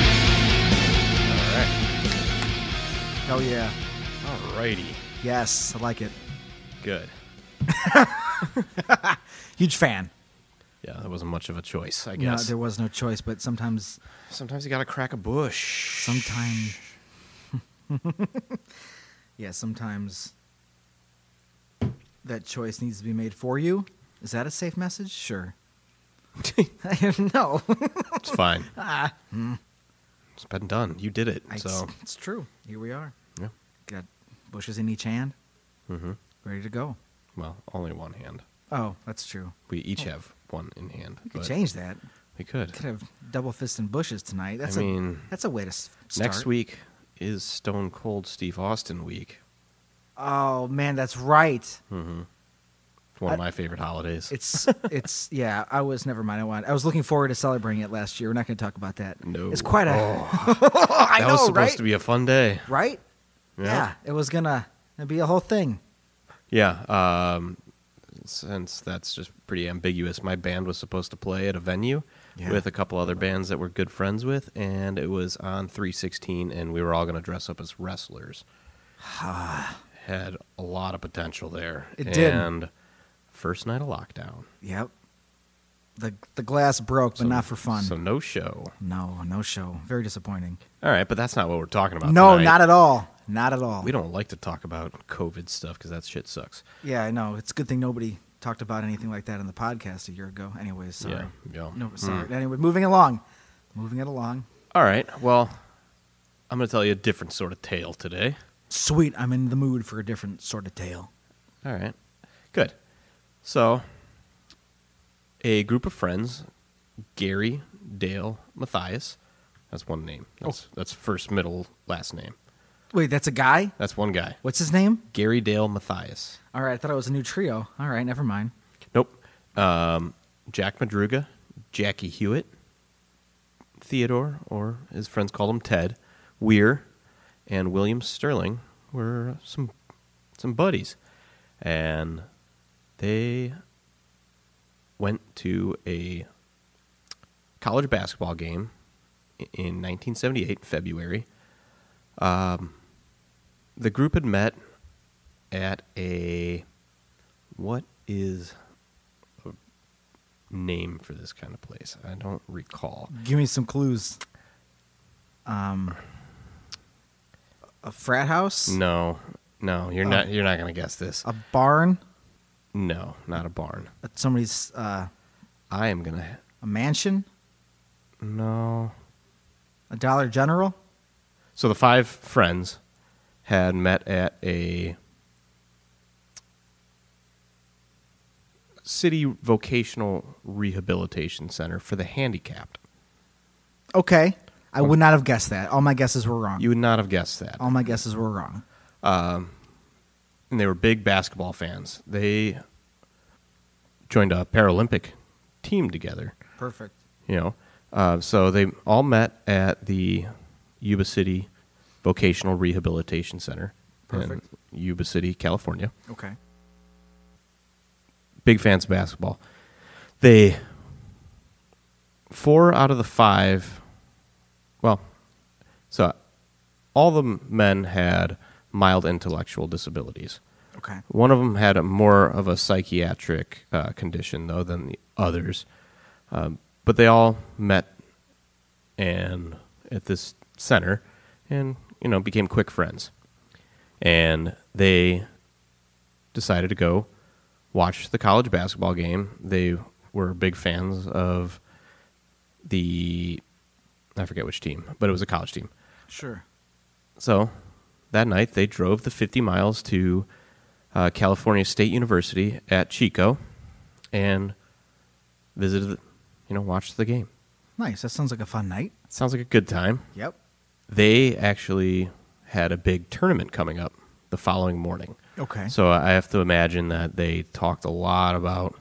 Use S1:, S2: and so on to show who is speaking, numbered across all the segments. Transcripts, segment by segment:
S1: All right.
S2: Hell Oh, yeah.
S1: All righty.
S2: Yes, I like it.
S1: Good.
S2: Huge fan.
S1: Yeah, that wasn't much of a choice, I
S2: No,
S1: guess.
S2: there was no choice, but sometimes,
S1: Sometimes you gotta crack a bush.
S2: sometimes, yeah, sometimes that choice needs to be made for you. Is that a safe message? Sure. no,
S1: It's fine.
S2: Ah. Hmm.
S1: It's been done. You did it.
S2: I-
S1: so
S2: it's, it's true. Here we are.
S1: yeah.
S2: Got bushes in each hand,
S1: Mm-hmm.
S2: ready to go.
S1: Well, only one hand.
S2: Oh, that's true.
S1: We each
S2: Oh.
S1: have one in hand.
S2: We could
S1: but
S2: change that.
S1: We could.
S2: Could have double fists and bushes tonight. That's
S1: I
S2: a
S1: mean,
S2: that's a way to s- start.
S1: next week is Stone Cold Steve Austin week.
S2: Oh man, that's right.
S1: Mm-hmm. It's one of my favorite holidays.
S2: It's it's yeah. I was never mind. I want. I was looking forward to celebrating it last year. We're not going to talk about that.
S1: no.
S2: It's quite a.
S1: Oh,
S2: I
S1: that
S2: know,
S1: was supposed
S2: right?
S1: to be a fun day.
S2: right. Yeah.
S1: Yeah.
S2: it was gonna it'd be a whole thing.
S1: Yeah. Um, since that's just pretty ambiguous, my band was supposed to play at a venue
S2: Yeah.
S1: with a couple other bands that we're good friends with, and it was on 316, and we were all going to dress up as wrestlers. Had a lot of potential there.
S2: It did.
S1: And first night of lockdown.
S2: Yep. The the glass broke, but
S1: So-
S2: not for fun.
S1: So no show.
S2: no, no show. Very disappointing.
S1: All right, but that's not what we're talking about.
S2: no,
S1: tonight.
S2: not at all. Not at all.
S1: We don't like to talk about COVID stuff because that shit sucks.
S2: Yeah, I know. It's a good thing nobody talked about anything like that in the podcast a year ago. Anyways, sorry.
S1: Yeah, yeah.
S2: No,
S1: Hmm.
S2: sorry. Anyway, moving along. Moving it along.
S1: All right. Well, I'm going to tell you a different sort of tale today.
S2: Sweet, I'm in the mood for a different sort of tale.
S1: All right. Good. So, a group of friends, Gary, Dale, Matthias. That's one name. That's, that's first, middle, last name.
S2: Wait, that's a guy?
S1: That's one guy.
S2: What's his name?
S1: Gary, Dale, Matthias.
S2: All right, I thought it was a new trio. All right, never mind.
S1: Nope. Um, Jack Madruga, Jackie Hewitt, Theodore, or his friends called him Ted, Weir, and William Sterling were some some buddies, and they went to a college basketball game i- in 1978, February. Um, the group had met at a what is a name for this kind of place? I don't recall.
S2: Give me some clues. Um, a frat house,
S1: No, no, you're not. You're not gonna guess this.
S2: a barn,
S1: No, not a barn.
S2: uh, somebody's uh,
S1: I am gonna.
S2: a mansion,
S1: No.
S2: a Dollar General.
S1: So the five friends had met at a city vocational rehabilitation center for the handicapped.
S2: Okay, I would not have guessed that. All my guesses were wrong.
S1: You would not have guessed that.
S2: All my guesses were wrong.
S1: and they were big basketball fans. They joined a Paralympic team together,
S2: Perfect.
S1: you know. Uh, so they all met at the Yuba City Vocational Rehabilitation Center
S2: Perfect.
S1: in Yuba City, California.
S2: Okay.
S1: Big fans of basketball. They four out of the five. Well, so all the men had mild intellectual disabilities.
S2: Okay.
S1: One of them had a more of a psychiatric uh, condition though than the others, um, but they all met and at this center, and you know became quick friends, and they decided to go watch the college basketball game. They were big fans of the I forget which team, but it was a college team.
S2: Sure.
S1: So that night, they drove the 50 miles to uh, California State University at Chico and visited, the, you know, watched the game.
S2: Nice. That sounds like a fun night.
S1: Sounds like a good time.
S2: Yep.
S1: They actually had a big tournament coming up the following morning.
S2: Okay.
S1: So I have to imagine that they talked a lot about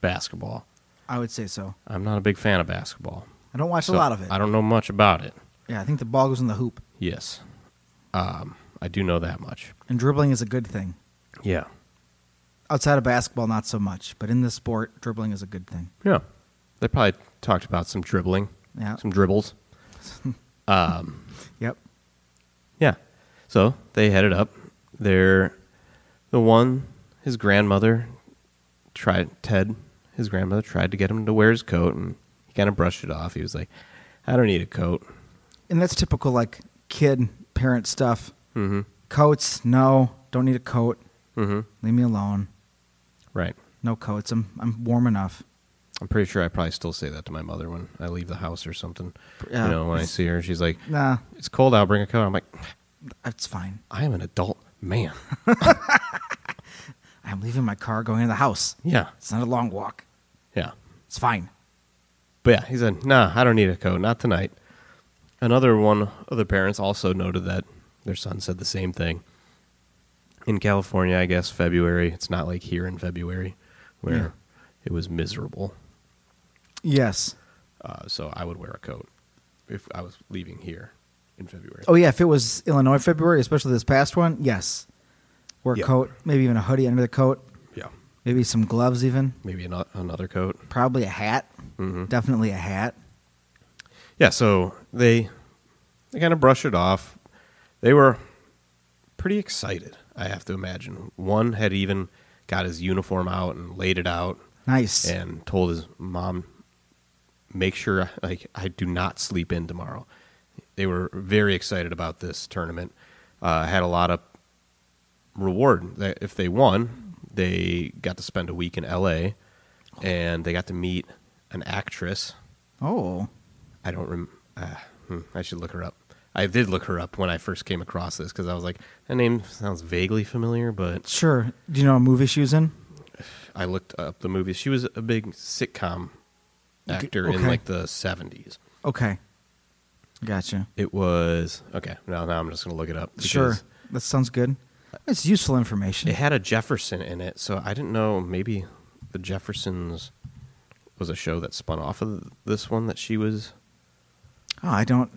S1: basketball.
S2: I would say so.
S1: I'm not a big fan of basketball.
S2: I don't watch
S1: So
S2: a lot of it.
S1: I don't know much about it.
S2: yeah, I think the ball goes in the hoop,
S1: Yes. Um, I do know that much.
S2: and dribbling is a good thing.
S1: Yeah.
S2: Outside of basketball, not so much, but in this sport, dribbling is a good thing.
S1: Yeah. They probably talked about some dribbling,
S2: Yeah.
S1: some dribbles.
S2: Yep.
S1: Yeah. So they headed up. They're the one his grandmother tried Ted, his grandmother tried to get him to wear his coat and he kind of brushed it off. He was like, I don't need a coat.
S2: And that's typical, like kid parent stuff.
S1: Mm-hmm.
S2: Coats, no, don't need a coat.
S1: Mm-hmm.
S2: Leave me alone.
S1: Right.
S2: No coats. I'm I'm warm enough.
S1: I'm pretty sure I probably still say that to my mother when I leave the house or something.
S2: Yeah.
S1: You know, when I see her, she's like,
S2: Nah,
S1: It's cold out, bring a coat. I'm like,
S2: it's fine.
S1: I am an adult man.
S2: I'm leaving my car, going to the house.
S1: yeah.
S2: It's not a long walk.
S1: Yeah.
S2: It's fine.
S1: But yeah, he said, "Nah, I don't need a coat, not tonight." Another one other parents also noted that their son said the same thing. In California, I guess February, it's not like here in February where
S2: Yeah.
S1: it was miserable.
S2: Yes.
S1: Uh, so I would wear a coat if I was leaving here in February.
S2: Oh yeah, if it was Illinois February, especially this past one, yes. Wear a
S1: Yep.
S2: coat, maybe even a hoodie under the coat,
S1: yeah,
S2: maybe some gloves even,
S1: maybe ano- another coat.
S2: probably a hat.
S1: Mhm.
S2: Definitely a hat.
S1: Yeah, so they they kind of brush it off. They were pretty excited, I have to imagine. One had even got his uniform out and laid it out
S2: Nice.
S1: and told his mom, "Make sure like I do not sleep in tomorrow." They were very excited about this tournament. Uh, had a lot of reward. That If they won, they got to spend a week in L.A. and they got to meet an actress.
S2: Oh.
S1: I don't rem. Uh, hmm, I should look her up. I did look her up when I first came across this because I was like, that name sounds vaguely familiar, but
S2: Sure. Do you know what movie she was in?
S1: I looked up the movie. She was a big sitcom
S2: Okay-
S1: actor in
S2: okay.
S1: like the 70s.
S2: Okay. Gotcha.
S1: It was okay. Now, now I'm just gonna look it up. because
S2: Sure. That sounds good. It's useful information.
S1: It had a Jefferson in it, so I didn't know. Maybe the Jeffersons was a show that spun off of this one that she was.
S2: Oh, I don't.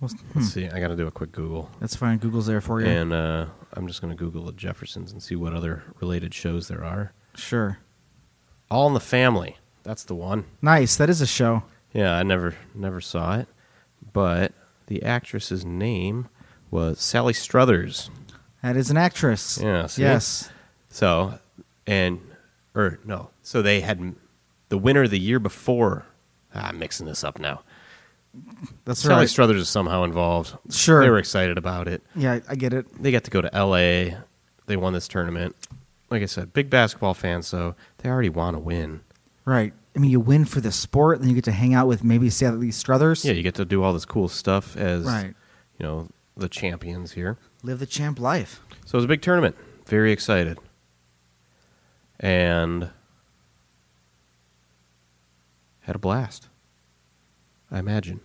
S2: Well, hmm.
S1: Let's see. I got to do a quick Google,
S2: That's fine. Google's there for you.
S1: and uh, I'm just gonna Google the Jeffersons and see what other related shows there are.
S2: sure.
S1: All in the Family. That's the one.
S2: Nice. That is a show.
S1: Yeah, I never never saw it, but the actress's name was Sally Struthers.
S2: That is an actress.
S1: Yeah, see?
S2: Yes.
S1: So, and or no, so they had the winner the year before. Ah, I'm mixing this up now.
S2: That's
S1: Sally
S2: right.
S1: Struthers is somehow involved.
S2: Sure.
S1: they were excited about it.
S2: yeah, I- I get it.
S1: They got to go to L.A. They won this tournament. Like I said, big basketball fans, so they already want to win.
S2: Right. I mean, you win for the sport, then you get to hang out with maybe Sally Struthers.
S1: Yeah, you get to do all this cool stuff as
S2: Right.
S1: you know the champions here.
S2: Live the champ life.
S1: So it was a big tournament. Very excited. And had a blast. I imagine.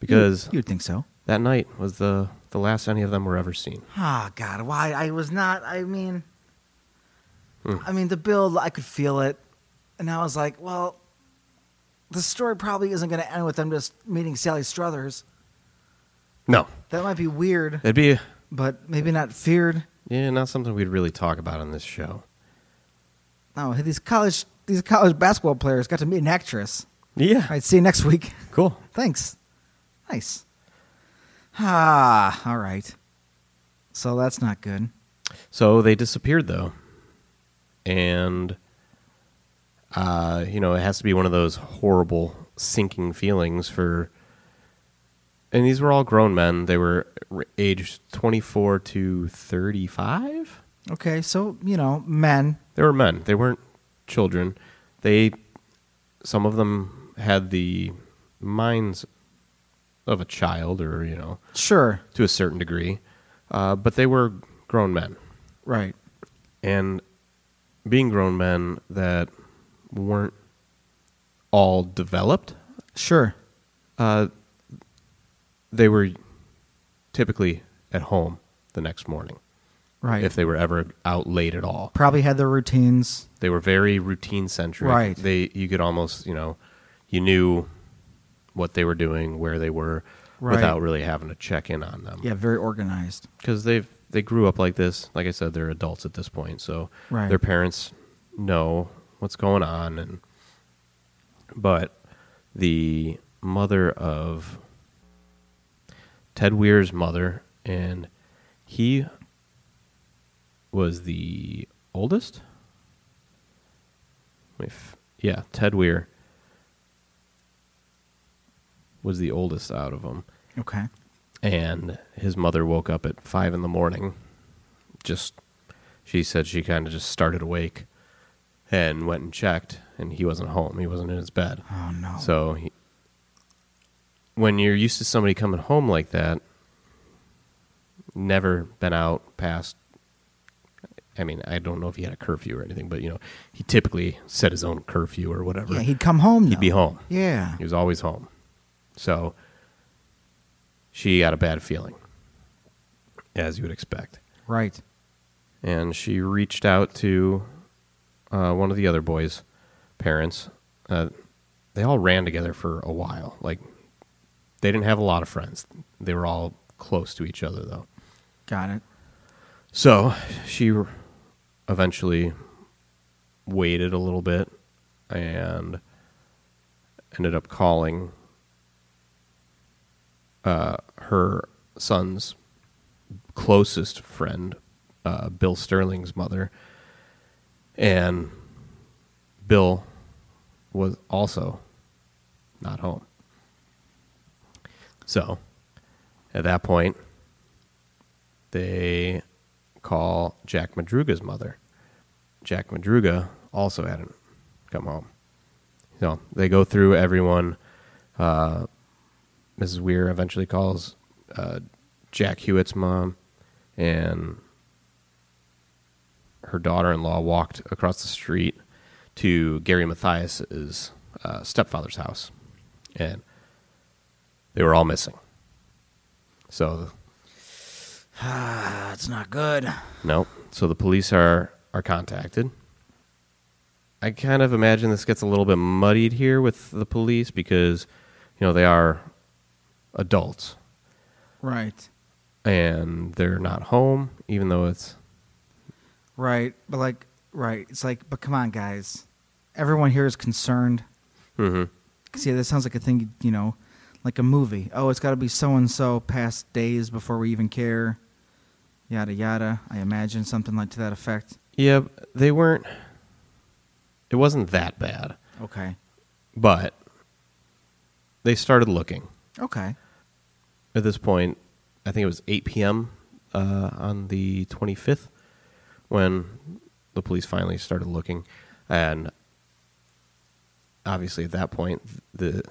S1: Because
S2: You, would think so.
S1: that night was the, the last any of them were ever seen.
S2: Ah, God, why I was not. I mean, I mean the build. I could feel it, and I was like, well, the story probably isn't going to end with them just meeting Sally Struthers.
S1: No.
S2: That might be weird,
S1: It'd be
S2: but maybe not feared.
S1: yeah, not something we'd really talk about on this show.
S2: No, hey, these college these college basketball players got to meet an actress.
S1: Yeah.
S2: All right, see you next week.
S1: Cool.
S2: Thanks. Nice. Ah, all right. So that's not good.
S1: So they disappeared though, and uh, you know it has to be one of those horrible sinking feelings for. And these were all grown men. They were r- aged twenty four to thirty five.
S2: Okay, so you know, men.
S1: They were men. They weren't children. They, some of them had the minds of a child, or you know,
S2: Sure.
S1: to a certain degree, uh, but they were grown men,
S2: Right.
S1: and being grown men that weren't all developed,
S2: Sure.
S1: uh, they were typically at home the next morning
S2: Right.
S1: if they were ever out late at all.
S2: Probably had their routines.
S1: They were very routine centric.
S2: Right.
S1: They you could almost you know you knew what they were doing, where they were,
S2: Right.
S1: without really having to check in on them.
S2: Yeah, very organized.
S1: Because they've they grew up like this. Like I said, they're adults at this point, so
S2: Right.
S1: their parents know what's going on, and but the mother of Ted Weir's mother, and he was the oldest. If yeah, Ted Weir was the oldest out of them
S2: Okay.
S1: and his mother woke up at five in the morning. Just, she said she kind of just started awake, and went and checked, and he wasn't home. He wasn't in his bed.
S2: Oh no.
S1: So, he, when you're used to somebody coming home like that, never been out past. I mean, I don't know if he had a curfew or anything, but you know, he typically set his own curfew or whatever.
S2: yeah, he'd come home.
S1: he'd
S2: though.
S1: be home.
S2: Yeah.
S1: He was always home. So she got a bad feeling, as you would expect.
S2: Right.
S1: And she reached out to uh, one of the other boys' parents. Uh, they all ran together for a while. Like, they didn't have a lot of friends. They were all close to each other, though.
S2: Got it.
S1: So she r- eventually waited a little bit and ended up calling uh, her son's closest friend, uh, Bill Sterling's mother, and Bill was also not home. So at that point, they call Jack Madruga's mother. Jack Madruga also hadn't come home. So they go through everyone. Uh, Mrs. Weir eventually calls uh, Jack Hewitt's mom, and her daughter in law walked across the street to Gary Mathias's uh, stepfather's house, and they were all missing. So
S2: Ah, it's not good.
S1: No. So the police are are contacted. I kind of imagine this gets a little bit muddied here with the police because you know they are adults
S2: Right.
S1: and they're not home even though it's
S2: Right. But like, right. It's like, but come on, guys. Everyone here is concerned.
S1: Mhm.
S2: See, that sounds like a thing, you know, like a movie. Oh, it's got to be so and so past days before we even care. Yada yada. I imagine something like to that effect.
S1: Yeah, they weren't it wasn't that bad,
S2: Okay.
S1: but they started looking.
S2: Okay.
S1: at this point, I think it was 8 p.m. Uh, on the 25th when the police finally started looking, and obviously at that point the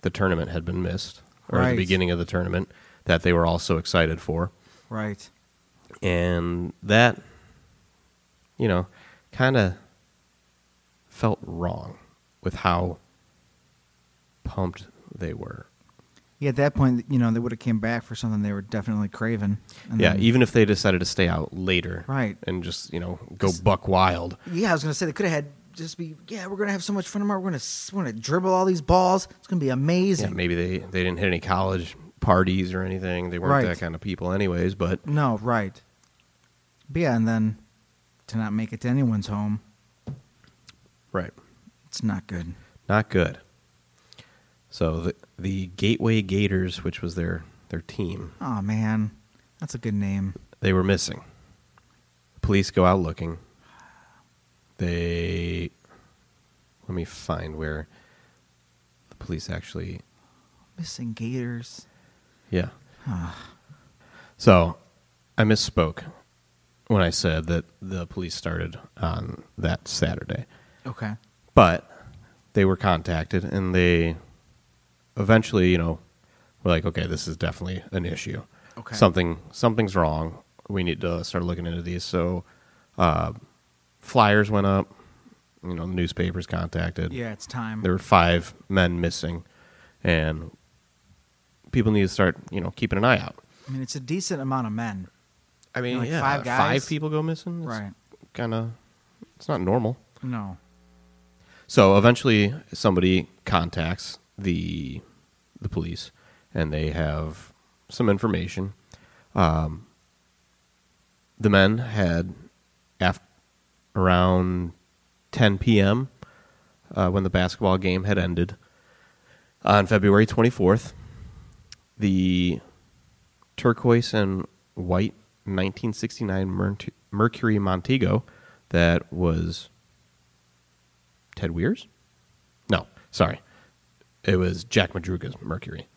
S1: the tournament had been missed, or
S2: Right.
S1: the beginning of the tournament that they were all so excited for,
S2: Right.
S1: and that you know kind of felt wrong with how pumped they were
S2: Yeah, at that point, you know, they would have came back for something they were definitely craving. And
S1: yeah, e-,
S2: then-
S1: even if they decided to stay out later,
S2: Right.
S1: and just you know go buck wild,
S2: Yeah, I was gonna say they could have had just be. Yeah, we're gonna have so much fun tomorrow. We're gonna s- we're gonna dribble all these balls. It's gonna be amazing.
S1: yeah, maybe they they didn't hit any college parties or anything. They weren't
S2: Right. Mm.
S1: that kind of people, anyways. But
S2: No, right. But yeah, and then to not make it to anyone's home,
S1: right,
S2: it's not good.
S1: not good. So the the Gateway Gators, which was their their team,
S2: Oh man, that's a good name.
S1: they were missing. Police go out looking. They let me find where the police actually.
S2: Missing Gators.
S1: Yeah,
S2: Ah,
S1: So I misspoke when I said that the police started on that Saturday.
S2: okay.
S1: But they were contacted and they eventually, you know, we're like, okay, this is definitely an issue.
S2: Okay.
S1: Something something's wrong. We need to start looking into these. So, uh, flyers went up. You know, newspapers contacted.
S2: Yeah, it's time.
S1: There were five men missing, and people need to start, you know, keeping an eye out.
S2: I mean, it's a decent amount of men.
S1: I mean,
S2: Like
S1: yeah,
S2: five guys?
S1: five people go missing. It's
S2: Right.
S1: Kind of, it's not normal.
S2: No.
S1: So eventually, somebody contacts the the police, and they have some information. Um, the men had, af- around 10 p.m., uh, when the basketball game had ended on February 24th, the turquoise and white 1969 Mernt- Mercury Montego that was Ted Weir's? No, sorry. It was Jack Madruga's Mercury.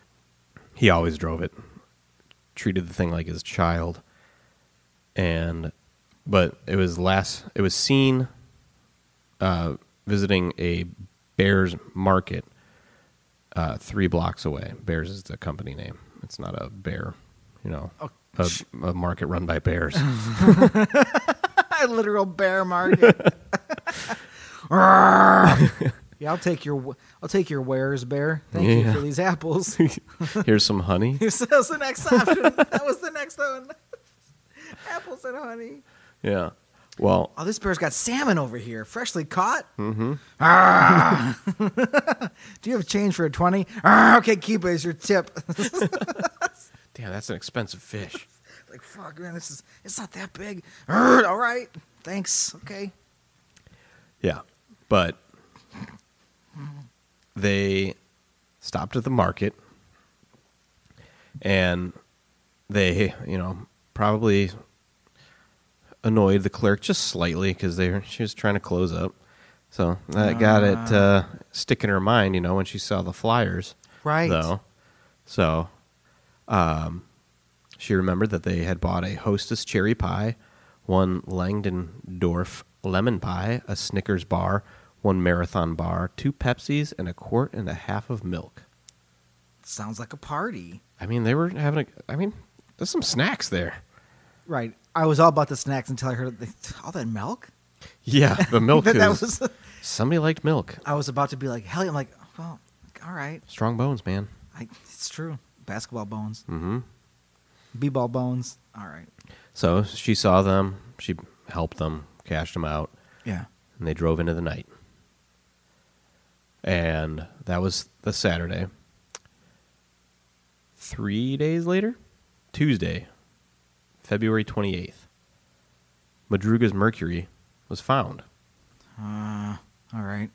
S1: He always drove it. Treated the thing like his child. And but it was last it was seen uh, visiting a Bears market uh, three blocks away. Bears is the company name. It's not a bear, you know.
S2: Oh,
S1: A, a market run by bears.
S2: Literal bear market. Arrgh. yeah, I'll take your I'll take your wares, bear. Thank you
S1: Yeah.
S2: for these apples.
S1: Here's some honey.
S2: that was the next option. that was the next one. apples and honey.
S1: Yeah. Well,
S2: Oh, this bear's got salmon over here, freshly caught. Mm-hmm. Do you have change for a twenty? Okay, keep it as your tip.
S1: damn, that's an expensive fish.
S2: like fuck, man, this is it's not that big. Arrgh, All right, thanks. Okay.
S1: Yeah. But they stopped at the market and they, you know, probably annoyed the clerk just slightly because they were, she was trying to close up. So that got it uh, stick in her mind, you know, when she saw the flyers.
S2: Right.
S1: Though. So um, she remembered that they had bought a Hostess cherry pie, one Langdendorf lemon pie, a Snickers bar, one Marathon bar, two Pepsis, and a quart and a half of milk.
S2: Sounds like a party.
S1: I mean, they were having a. I mean, there's some snacks there.
S2: Right. I was all about the snacks until I heard the, all that milk.
S1: Yeah, the milk.
S2: that, that
S1: is-
S2: was.
S1: somebody liked milk.
S2: I was about to be like, hell, yeah. I'm like, well, all right.
S1: Strong bones, man.
S2: I, it's true. Basketball bones,
S1: Mm-hmm.
S2: b-ball bones. All right.
S1: So she saw them. She helped them, cashed them out,
S2: Yeah.
S1: and they drove into the night. And that was the Saturday. Three days later, Tuesday, February 28th, Madruga's Mercury was found.
S2: Uh, all right.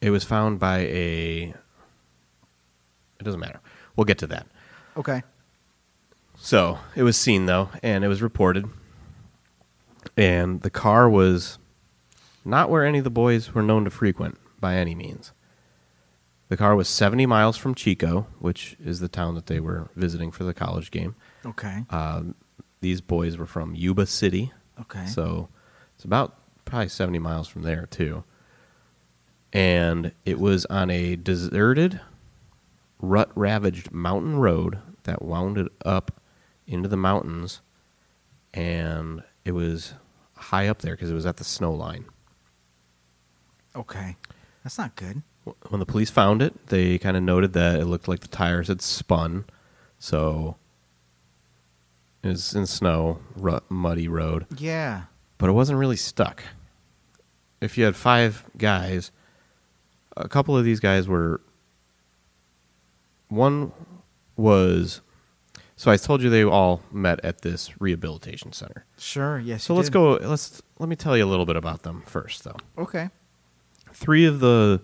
S1: It was found by a. It doesn't matter. We'll get to that.
S2: Okay.
S1: So it was seen though, and it was reported. And the car was not where any of the boys were known to frequent by any means. The car was 70 miles from Chico, which is the town that they were visiting for the college game.
S2: Okay.
S1: Uh, These boys were from Yuba City,
S2: okay.
S1: so it's about probably 70 miles from there, too. And it was on a deserted, rut ravaged mountain road that wounded up into the mountains. And it was high up there because it was at the snow line.
S2: okay. That's not good.
S1: Wh- When the police found it, they kind of noted that it looked like the tires had spun. So it's in snow, rut, muddy road.
S2: Yeah.
S1: but it wasn't really stuck. If you had five guys, a couple of these guys were. One was. So I told you they all met at this rehabilitation center.
S2: Sure. Yes.
S1: So
S2: you
S1: let's
S2: did.
S1: go. Let's let me tell you a little bit about them first, though.
S2: Okay.
S1: Three of the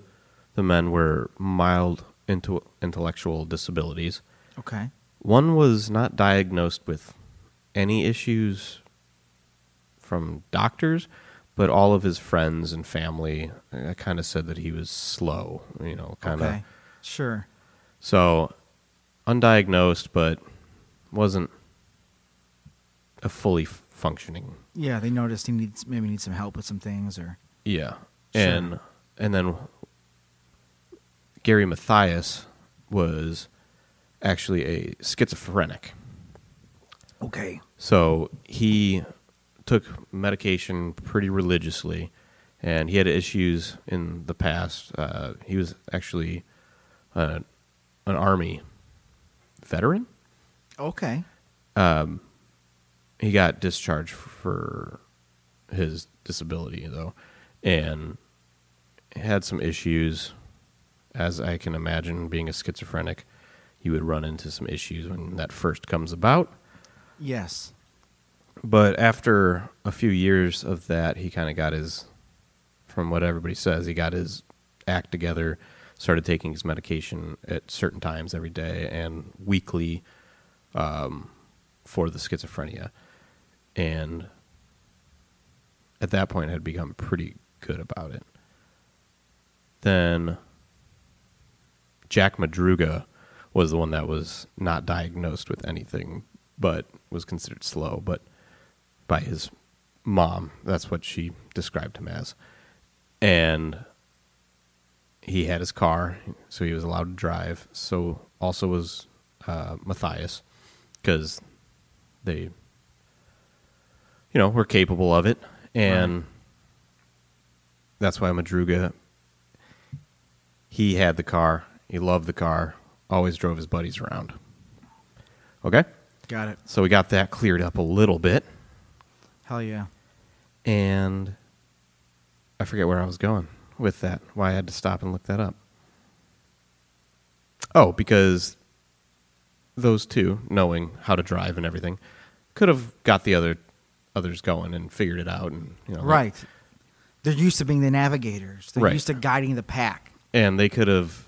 S1: the men were mild into intellectual disabilities.
S2: Okay.
S1: One was not diagnosed with any issues from doctors, but all of his friends and family uh, kind of said that he was slow, you know, kind of.
S2: Okay. Sure.
S1: So, undiagnosed, but wasn't a fully functioning.
S2: Yeah, they noticed he needs maybe needs some help with some things or
S1: Yeah.
S2: Sure.
S1: And and then Gary Mathias was actually a schizophrenic.
S2: Okay.
S1: So he took medication pretty religiously, and he had issues in the past. Uh, he was actually uh, an army veteran.
S2: Okay.
S1: He got discharged for his disability, though, and had some issues. As I can imagine, being a schizophrenic, you would run into some issues when that first comes about.
S2: Yes.
S1: but after a few years of that, he kind of got his, from what everybody says, he got his act together, started taking his medication at certain times every day and weekly um, for the schizophrenia. And at that point, had become pretty good about it. Then Jack Madruga was the one that was not diagnosed with anything, but was considered slow. But by his mom, that's what she described him as. And he had his car, so he was allowed to drive. So also was uh, Matthias, because they, you know, were capable of it, and that's why Madruga he had the car. He loved the car. Always drove his buddies around. Okay?
S2: Got it.
S1: So we got that cleared up a little bit.
S2: Hell yeah.
S1: And I forget where I was going with that, why I had to stop and look that up. Oh, because those two, knowing how to drive and everything, could have got the other others going and figured it out and you know like,
S2: Right. They're used to being the navigators. They're
S1: Right.
S2: used to guiding the pack.
S1: and they could have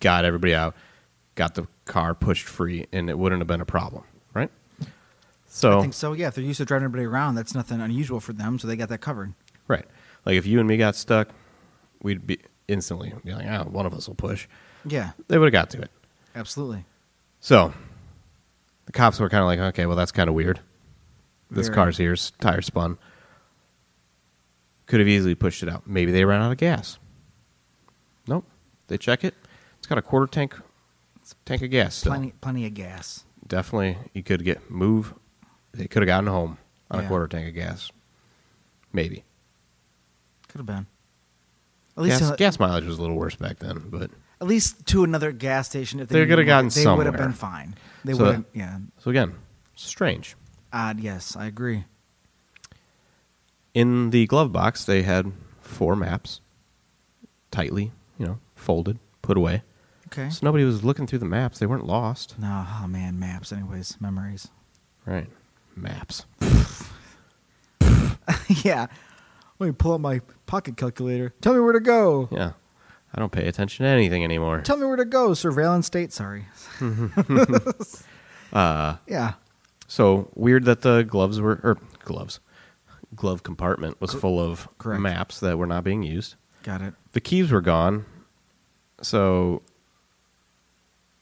S1: got everybody out, got the car pushed free, and it wouldn't have been a problem, right? So,
S2: I think so. Yeah, if they're used to driving everybody around, that's nothing unusual for them. So they got that covered.
S1: right, like if you and me got stuck, we'd be instantly be like, ah, one of us will push.
S2: Yeah,
S1: They would have got to it.
S2: absolutely.
S1: So, the cops were kind of like, okay, well, that's kind of weird. This
S2: Very.
S1: car's here, s- tire spun. Could have easily pushed it out. Maybe they ran out of gas. Nope. They check it. It's got a quarter tank tank of gas. Still.
S2: Plenty, plenty of gas.
S1: definitely you could get move they could have gotten home on
S2: Yeah.
S1: a quarter tank of gas maybe
S2: Could have been. At least,
S1: gas,
S2: to,
S1: gas mileage was a little worse back then but
S2: at least to another gas station. If they
S1: They could have
S2: needed one,
S1: gotten
S2: They would have
S1: somewhere.
S2: been fine. They
S1: So-
S2: would have. Yeah.
S1: so again strange
S2: Odd. Yes, I agree.
S1: in the glove box they had four maps tightly you know folded put away
S2: Okay.
S1: so nobody was looking through the maps they weren't lost
S2: No, oh man, maps. Anyways, memories.
S1: right maps
S2: yeah. Let me pull out my pocket calculator. Tell me where to go.
S1: yeah i don't pay attention to anything anymore
S2: Tell me where to go. Surveillance state. Sorry. uh, yeah.
S1: So weird that the gloves were or gloves, glove compartment was full of
S2: correct.
S1: maps that were not being used.
S2: Got it.
S1: The keys were gone, so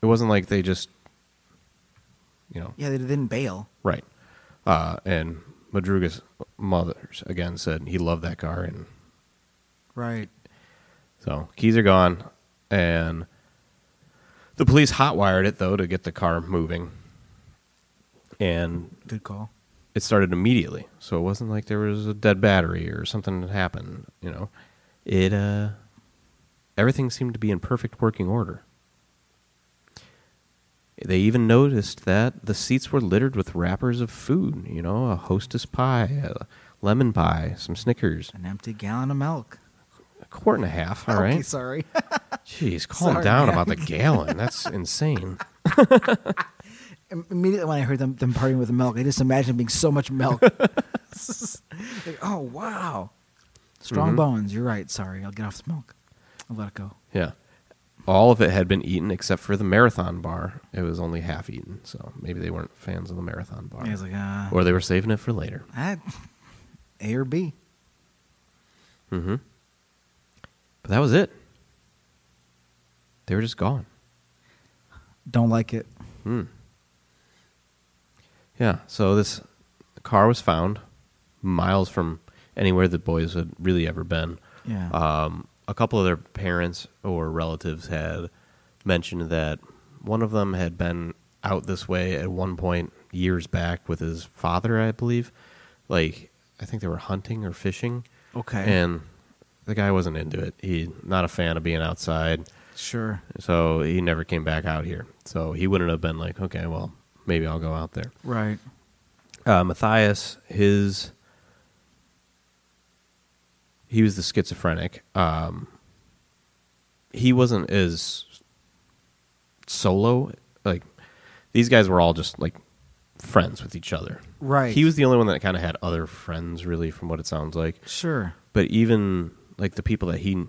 S1: it wasn't like they just, you know,
S2: Yeah, they didn't bail.
S1: right. Uh, and Madruga's mother's again said he loved that car, and
S2: Right.
S1: so keys are gone, and the police hotwired it though to get the car moving, and
S2: Good call.
S1: it started immediately. So it wasn't like there was a dead battery or something that happened, you know. It uh everything seemed to be in perfect working order. They even noticed that the seats were littered with wrappers of food, you know, a hostess pie, a lemon pie, some Snickers,
S2: An empty gallon of milk.
S1: a quart and a half, all
S2: okay,
S1: right?
S2: sorry.
S1: Jeez, calm
S2: Sorry,
S1: down
S2: man.
S1: about the gallon. That's insane.
S2: Im- Immediately when I heard them, them partying with the milk, I just imagined being so much milk. like, oh, wow. Strong
S1: Mhm.
S2: bones. You're right. Sorry. I'll get off the milk. I'll let it go.
S1: Yeah. All of it had been eaten except for the marathon bar. It was only half eaten, so maybe they weren't fans of the marathon bar.
S2: I was like, uh,
S1: or they were saving it for later.
S2: I- A or B.
S1: Mm-hmm. But that was it. They were just gone.
S2: Don't like it.
S1: Hmm. Yeah, so this car was found miles from anywhere the boys had really ever been.
S2: Yeah.
S1: Um, a couple of their parents or relatives had mentioned that one of them had been out this way at one point years back with his father, I believe. Like I think they were hunting or fishing.
S2: Okay.
S1: And the guy wasn't into it. He not a fan of being outside.
S2: Sure.
S1: So he never came back out here. So he wouldn't have been like, okay, well, maybe I'll go out there.
S2: Right.
S1: Uh, Matthias, his he was the schizophrenic. Um, he wasn't as solo. Like these guys were all just like friends with each other.
S2: Right.
S1: He was the only one that kind of had other friends, really, from what it sounds like
S2: Sure.
S1: but even like the people that he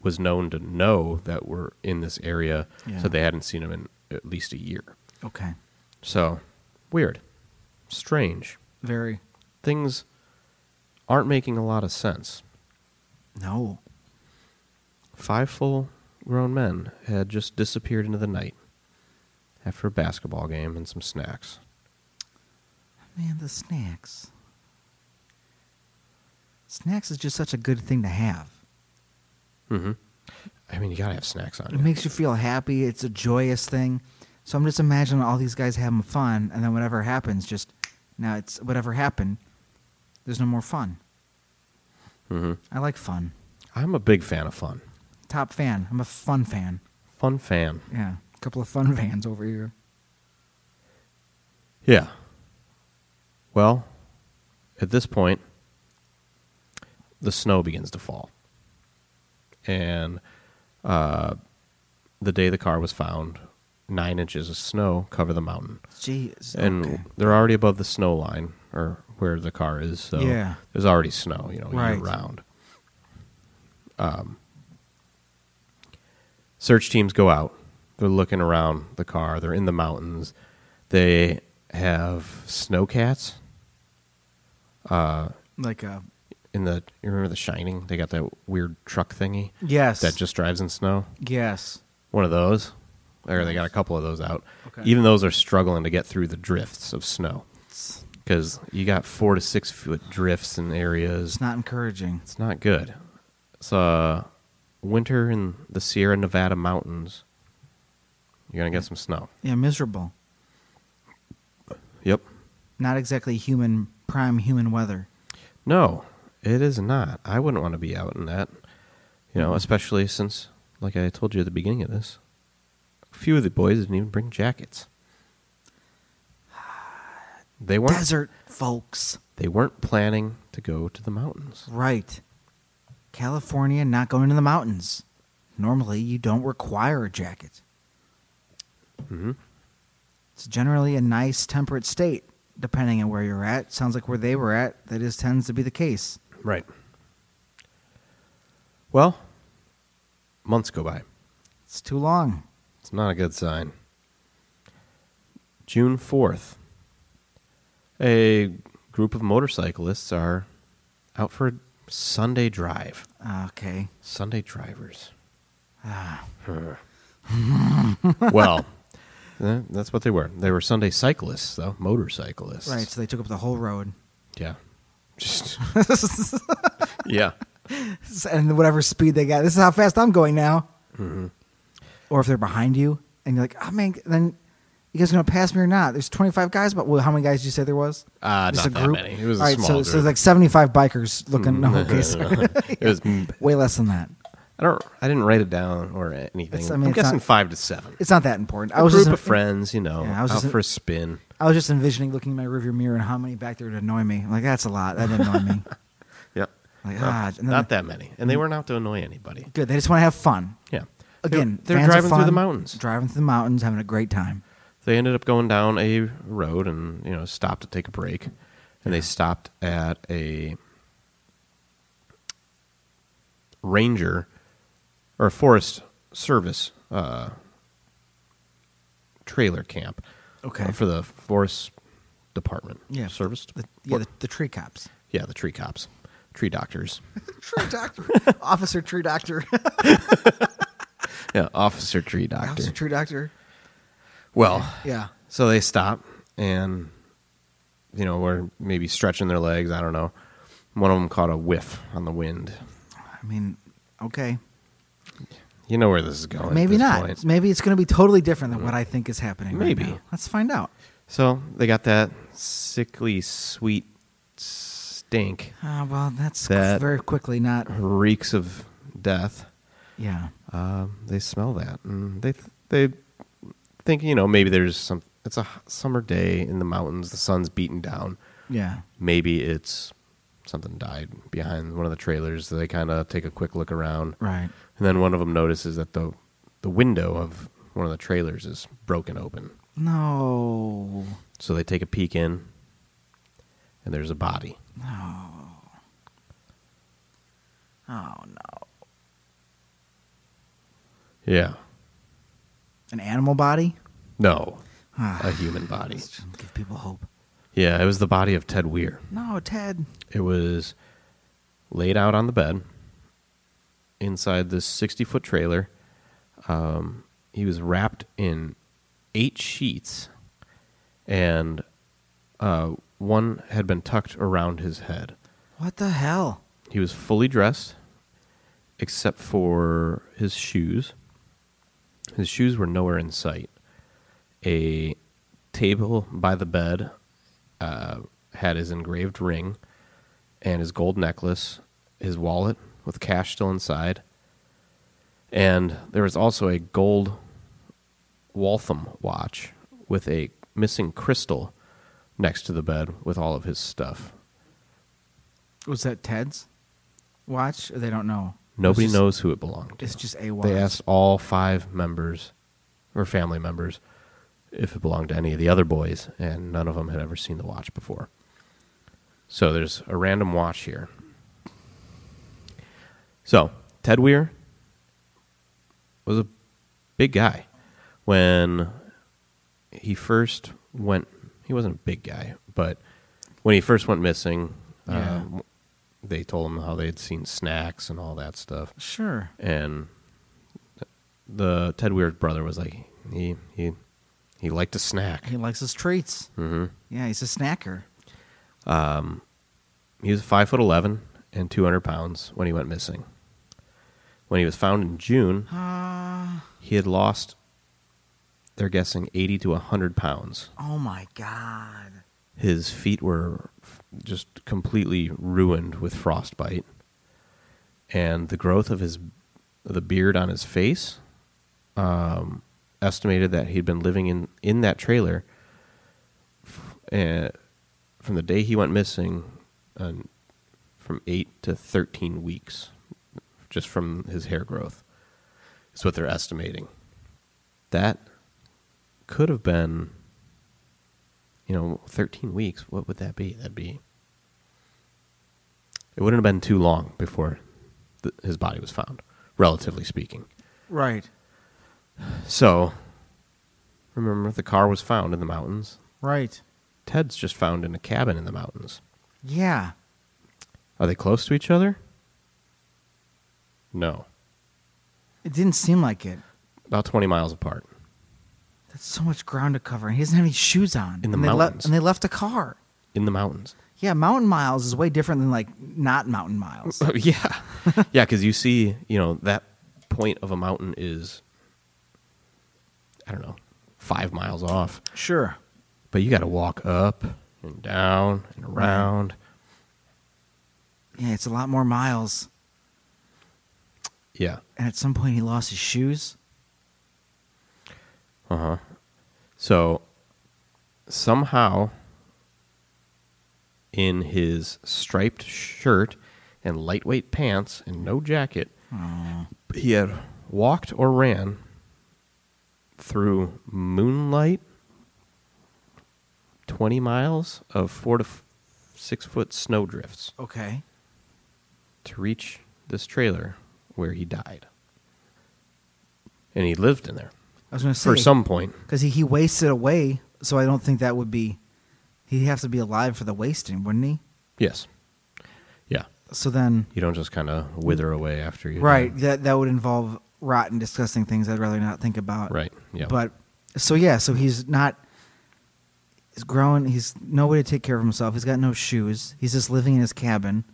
S1: was known to know that were in this area
S2: Yeah.
S1: said they hadn't seen him in at least a year.
S2: Okay.
S1: So weird, strange
S2: Very.
S1: things aren't making a lot of sense.
S2: No.
S1: Five full grown men had just disappeared into the night after a basketball game and some snacks.
S2: Man, the snacks. Snacks is just such a good thing to have.
S1: Mm-hmm. I mean, you gotta have snacks on you.
S2: It makes you feel happy. It's a joyous thing. So I'm just imagining all these guys having fun, and then whatever happens, just now it's whatever happened. There's no more fun.
S1: Mhm.
S2: I like fun.
S1: I'm a big fan of fun.
S2: Top fan. I'm a fun fan.
S1: Fun fan.
S2: Yeah, a couple of fun fans over here.
S1: Yeah. Well, at this point, the snow begins to fall. And uh, the day the car was found, nine inches of snow cover the mountain.
S2: Jeez.
S1: And
S2: okay.
S1: they're already above the snow line or where the car is. So
S2: Yeah.
S1: there's already snow, you know,
S2: Right.
S1: year round. Um, search teams go out. They're looking around the car. They're in the mountains. They have snow cats
S2: like a
S1: in the. You remember The Shining? They got that weird truck thingy
S2: yes.
S1: that just drives in snow.
S2: yes.
S1: One of those. Or they got a couple of those out.
S2: Okay.
S1: Even those are struggling to get through the drifts of snow.
S2: It's,
S1: because you got four to six foot drifts in areas.
S2: it's not encouraging.
S1: It's not good. It's uh, winter in the Sierra Nevada mountains. You're gonna get some snow.
S2: Yeah, miserable.
S1: Yep.
S2: Not exactly human prime human weather.
S1: No, it is not. I wouldn't want to be out in that. You know, especially since, like I told you at the beginning of this, a few of the boys didn't even bring jackets. They weren't.
S2: Desert, folks.
S1: They weren't planning to go to the mountains.
S2: Right. California not going to the mountains. Normally, you don't require a jacket.
S1: hmm
S2: It's generally a nice temperate state, depending on where you're at. Sounds like where they were at, that is tends to be the case.
S1: Right. Well, months go by.
S2: It's too long.
S1: It's not a good sign. June 4th. A group of motorcyclists are out for a Sunday drive.
S2: Okay.
S1: Sunday drivers. well, th- that's what they were. They were Sunday cyclists, though, motorcyclists.
S2: Right, so they took up the whole road.
S1: Yeah. Just. yeah.
S2: and whatever speed they got. This is how fast I'm going now.
S1: Mm-hmm.
S2: Or if they're behind you and you're like, oh man, then you guys gonna pass me or not? There's 25 guys, but well, how many guys did you say there was?
S1: Uh,
S2: Just
S1: not that many. It was a
S2: All right,
S1: small
S2: so,
S1: group. Mm-hmm.
S2: so there's like 75 bikers looking. No, okay, sorry.
S1: it was. I
S2: way less than that.
S1: don't. I didn't write it down or anything.
S2: It's- I
S1: I
S2: mean,
S1: am
S2: it's
S1: guessing
S2: not-
S1: five to seven.
S2: It's not that important.
S1: A
S2: I was
S1: group
S2: just,
S1: of friends, you know,
S2: Yeah, I was
S1: out
S2: just-
S1: for a spin.
S2: I was just envisioning looking in my rearview mirror and how many back there would annoy me. I'm like that's a lot. That would annoy me.
S1: Yep.
S2: Like, ah, and then
S1: not
S2: the-
S1: that many, and they weren't out to annoy anybody.
S2: Good. They just want to have fun.
S1: Yeah. They-
S2: Again,
S1: they're,
S2: fans of
S1: driving through the
S2: fun,
S1: mountains.
S2: Driving through the mountains, having a great time.
S1: they ended up going down a road and you know stopped to take a break, and they stopped at a ranger or a forest service uh, trailer camp.
S2: Okay.
S1: uh, for the forest department.
S2: Yeah.
S1: service.
S2: The,
S1: dep-
S2: yeah, the, the tree cops.
S1: yeah, the tree cops, tree doctors.
S2: Tree doctor, officer, tree doctor,
S1: yeah, officer tree doctor.
S2: officer, tree doctor.
S1: well,
S2: Yeah.
S1: So they stop and, you know, were maybe stretching their legs. I don't know. One of them caught a whiff on the wind.
S2: I mean, Okay.
S1: You know where this is going. at
S2: Maybe
S1: this
S2: not.
S1: point. Mm-hmm.
S2: Maybe it's going to be totally different than what I think is happening. right
S1: Maybe.
S2: now. Let's find out.
S1: So they got that sickly sweet stink,
S2: Uh, well, that's
S1: That-
S2: very quickly not.
S1: reeks of death.
S2: Yeah.
S1: Um, they smell that, and they they think you know maybe there's some. It's a h- summer day in the mountains. The sun's beaten down.
S2: Yeah.
S1: Maybe it's something died behind one of the trailers. They kind of take a quick look around,
S2: Right.
S1: and then one of them notices that the the window of one of the trailers is broken open.
S2: No.
S1: So they take a peek in, and there's a body.
S2: Oh no.
S1: Yeah.
S2: An animal body.
S1: No.
S2: Ah.
S1: a human body.
S2: Let's just give people hope.
S1: Yeah, it was the body of Ted Weir.
S2: No, Ted.
S1: It was laid out on the bed inside this 60 foot trailer. Um, he was wrapped in eight sheets, and uh, one had been tucked around his head.
S2: What the hell?
S1: He was fully dressed, except for his shoes. His shoes were nowhere in sight. A table by the bed uh, had his engraved ring and his gold necklace, his wallet with cash still inside, and there was also a gold Waltham watch with a missing crystal next to the bed with all of his stuff.
S2: Was that Ted's watch? They don't know.
S1: Nobody
S2: It's just-
S1: knows who it belonged to.
S2: It's just a watch.
S1: They asked all five members or family members if it belonged to any of the other boys, and none of them had ever seen the watch before. So there's a random watch here. So Ted Weir was a big guy when he first went. He wasn't a big guy, but when he first went missing,
S2: Yeah.
S1: um, they told him how they had seen snacks and all that stuff
S2: Sure.
S1: and the Ted Weir's brother was like he he he liked to snack.
S2: He likes his treats.
S1: hmm
S2: Yeah, he's a snacker.
S1: He was five foot eleven and two hundred pounds when he went missing. When he was found in June,
S2: Uh,
S1: he had lost. They're guessing eighty to hundred pounds.
S2: oh my god.
S1: His feet were f- just completely ruined with frostbite, and the growth of his the beard on his face um, estimated that he'd been living in in that trailer f- uh, from the day he went missing, uh, from eight to thirteen weeks, just from his hair growth. Is what they're estimating. That could have been, you know, thirteen weeks. What would that be? That'd be. It wouldn't have been too long before th- his body was found, relatively speaking.
S2: Right.
S1: So, remember, the car was found in the mountains.
S2: Right.
S1: Ted's just found in a cabin in the mountains.
S2: Yeah.
S1: Are they close to each other? No.
S2: It didn't seem like it.
S1: About 20 miles apart.
S2: That's so much ground to cover, and he doesn't have any shoes on.
S1: In the
S2: and they le-
S1: mountains.
S2: and they left a car.
S1: In the mountains.
S2: Yeah, mountain miles is way different than like not mountain miles.
S1: Oh, yeah. yeah, because you see, you know, that point of a mountain is, I don't know, five miles off.
S2: sure.
S1: But you got to walk up and down and around.
S2: Yeah, it's a lot more miles.
S1: Yeah.
S2: And at some point, he lost his shoes.
S1: Uh huh. So somehow, in his striped shirt and lightweight pants and no jacket,
S2: Oh,
S1: he had walked or ran through moonlight 20 miles of four to f- six foot snow drifts
S2: okay.
S1: to reach this trailer where he died. And he lived in there
S2: I was going to say
S1: for some point.
S2: because he, he wasted away, so I don't think that would be. He'd have to be alive for the wasting, wouldn't he?
S1: Yes. Yeah.
S2: So then,
S1: You don't just kind of wither away after you.
S2: right? That that would involve rotten, disgusting things. I'd rather not think about.
S1: Right. Yeah.
S2: But so yeah, so he's not. He's growing. He's no way to take care of himself. He's got no shoes. He's just living in his cabin,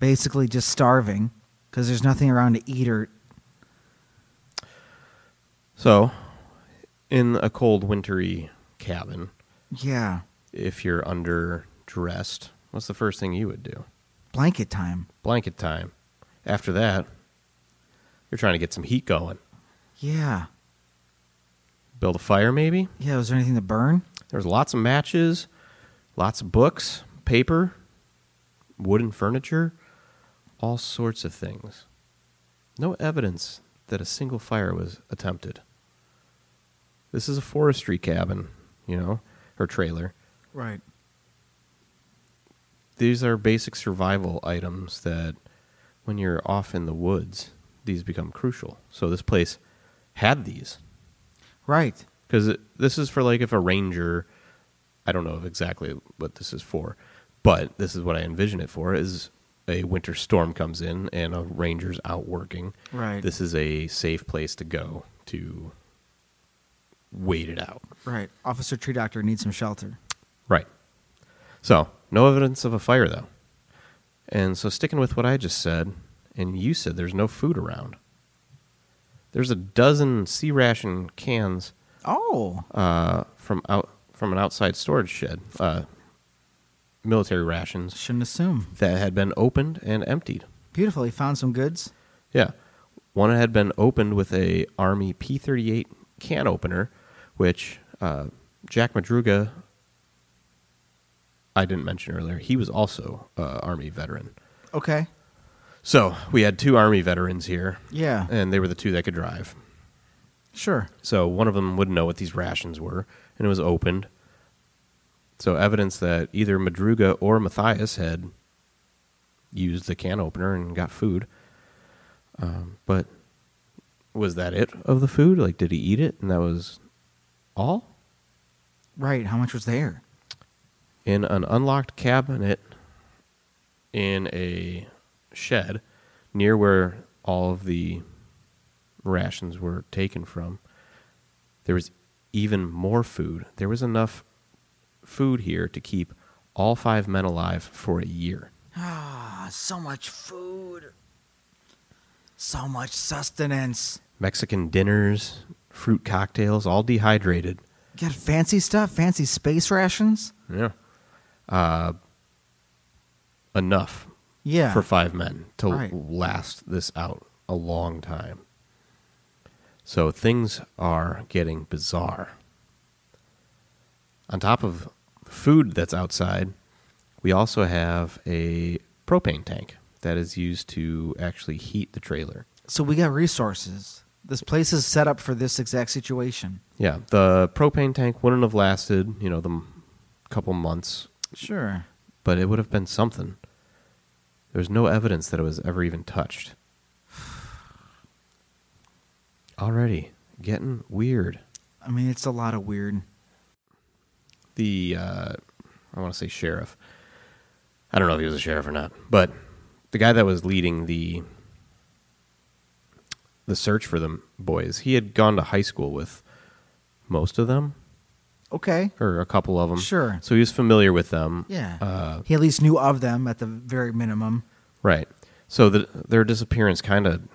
S2: basically just starving. because there's nothing around to eat or
S1: So, in a cold, wintry cabin,
S2: yeah,
S1: if you're underdressed, what's the first thing you would do?
S2: blanket time.
S1: Blanket time. After that, you're trying to get some heat going.
S2: Yeah,
S1: Build a fire, maybe?
S2: yeah. Was there anything to burn?
S1: There's lots of matches, lots of books, paper, wooden furniture, all sorts of things. No evidence that a single fire was attempted. This is a forestry cabin, you know, or trailer.
S2: Right.
S1: These are basic survival items that, when you're off in the woods, these become crucial. So this place had these.
S2: Right.
S1: because this is for like if a ranger i don't know if exactly what this is for but this is what i envision it for is a winter storm comes in and a ranger's out working
S2: Right.
S1: this is a safe place to go to wait it out
S2: Right. Officer Tree Doctor needs some shelter.
S1: right so no evidence of a fire though and so sticking with what i just said and you said there's no food around there's a dozen sea ration cans
S2: Oh.
S1: uh, from out from an outside storage shed, uh, military rations
S2: Shouldn't assume.
S1: that had been opened and emptied.
S2: Beautiful. He found some goods.
S1: Yeah, one had been opened with a Army P thirty eight can opener, which uh, Jack Madruga. I didn't mention earlier. He was also uh, Army veteran.
S2: Okay.
S1: So we had two Army veterans here,
S2: Yeah.
S1: and they were the two that could drive.
S2: Sure.
S1: So one of them would know what these rations were, and it was opened. So evidence that either Madruga or Matthias had used the can opener and got food. Um, but was that it of the food? Like, did he eat it? And that was all?
S2: Right. How much was there?
S1: In an unlocked cabinet in a shed near where all of the rations were taken from, there was even more food. There was enough food here to keep all five men alive for a year.
S2: Ah, so much food. So much sustenance.
S1: Mexican dinners, fruit cocktails, all dehydrated.
S2: Got fancy stuff, fancy space rations.
S1: Yeah. Uh, enough
S2: Yeah.
S1: for five men to
S2: Right.
S1: last this out a long time. So things are getting bizarre. On top of food that's outside, we also have a propane tank that is used to actually heat the trailer.
S2: so we got resources. This place is set up for this exact situation.
S1: Yeah, the propane tank wouldn't have lasted, you know, the m- couple months,
S2: Sure.
S1: but it would have been something. There's no evidence that it was ever even touched. Already getting weird.
S2: I mean, it's a lot of weird.
S1: The uh, I want to say sheriff. I don't know if he was a sheriff or not, but the guy that was leading the the search for them boys, he had gone to high school with most of them
S2: Okay.
S1: or a couple of them.
S2: Sure.
S1: So he was familiar with them.
S2: Yeah.
S1: Uh,
S2: he at least knew of them at the very minimum.
S1: Right. So the, their disappearance kind of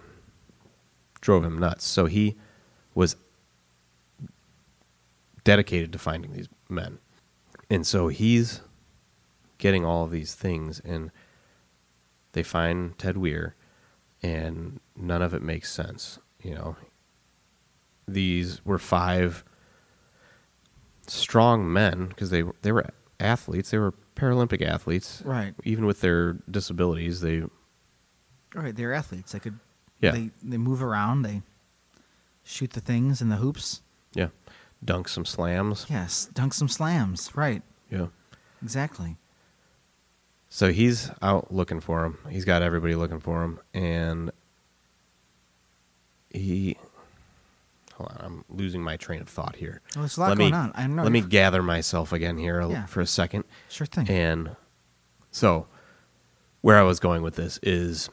S1: drove him nuts. So he was dedicated to finding these men. And so he's getting all of these things, and they find Ted Weir, and none of it makes sense. You know, these were five strong men because they were- they were athletes, they were Paralympic athletes,
S2: Right.
S1: Even with their disabilities, they
S2: All right. They're athletes. They could.
S1: Yeah.
S2: They they move around. They shoot the things in the hoops.
S1: yeah dunk some slams,
S2: Yes. Dunk some slams. Right.
S1: yeah.
S2: Exactly.
S1: So he's out looking for him. He's got everybody looking for him, and he. Hold on, I'm losing my train of thought here.
S2: Well, Oh, there's a lot
S1: let
S2: going
S1: me,
S2: on. I know.
S1: Let me gather myself again here a-
S2: Yeah.
S1: for a second.
S2: Sure thing.
S1: And so, where I was going with this is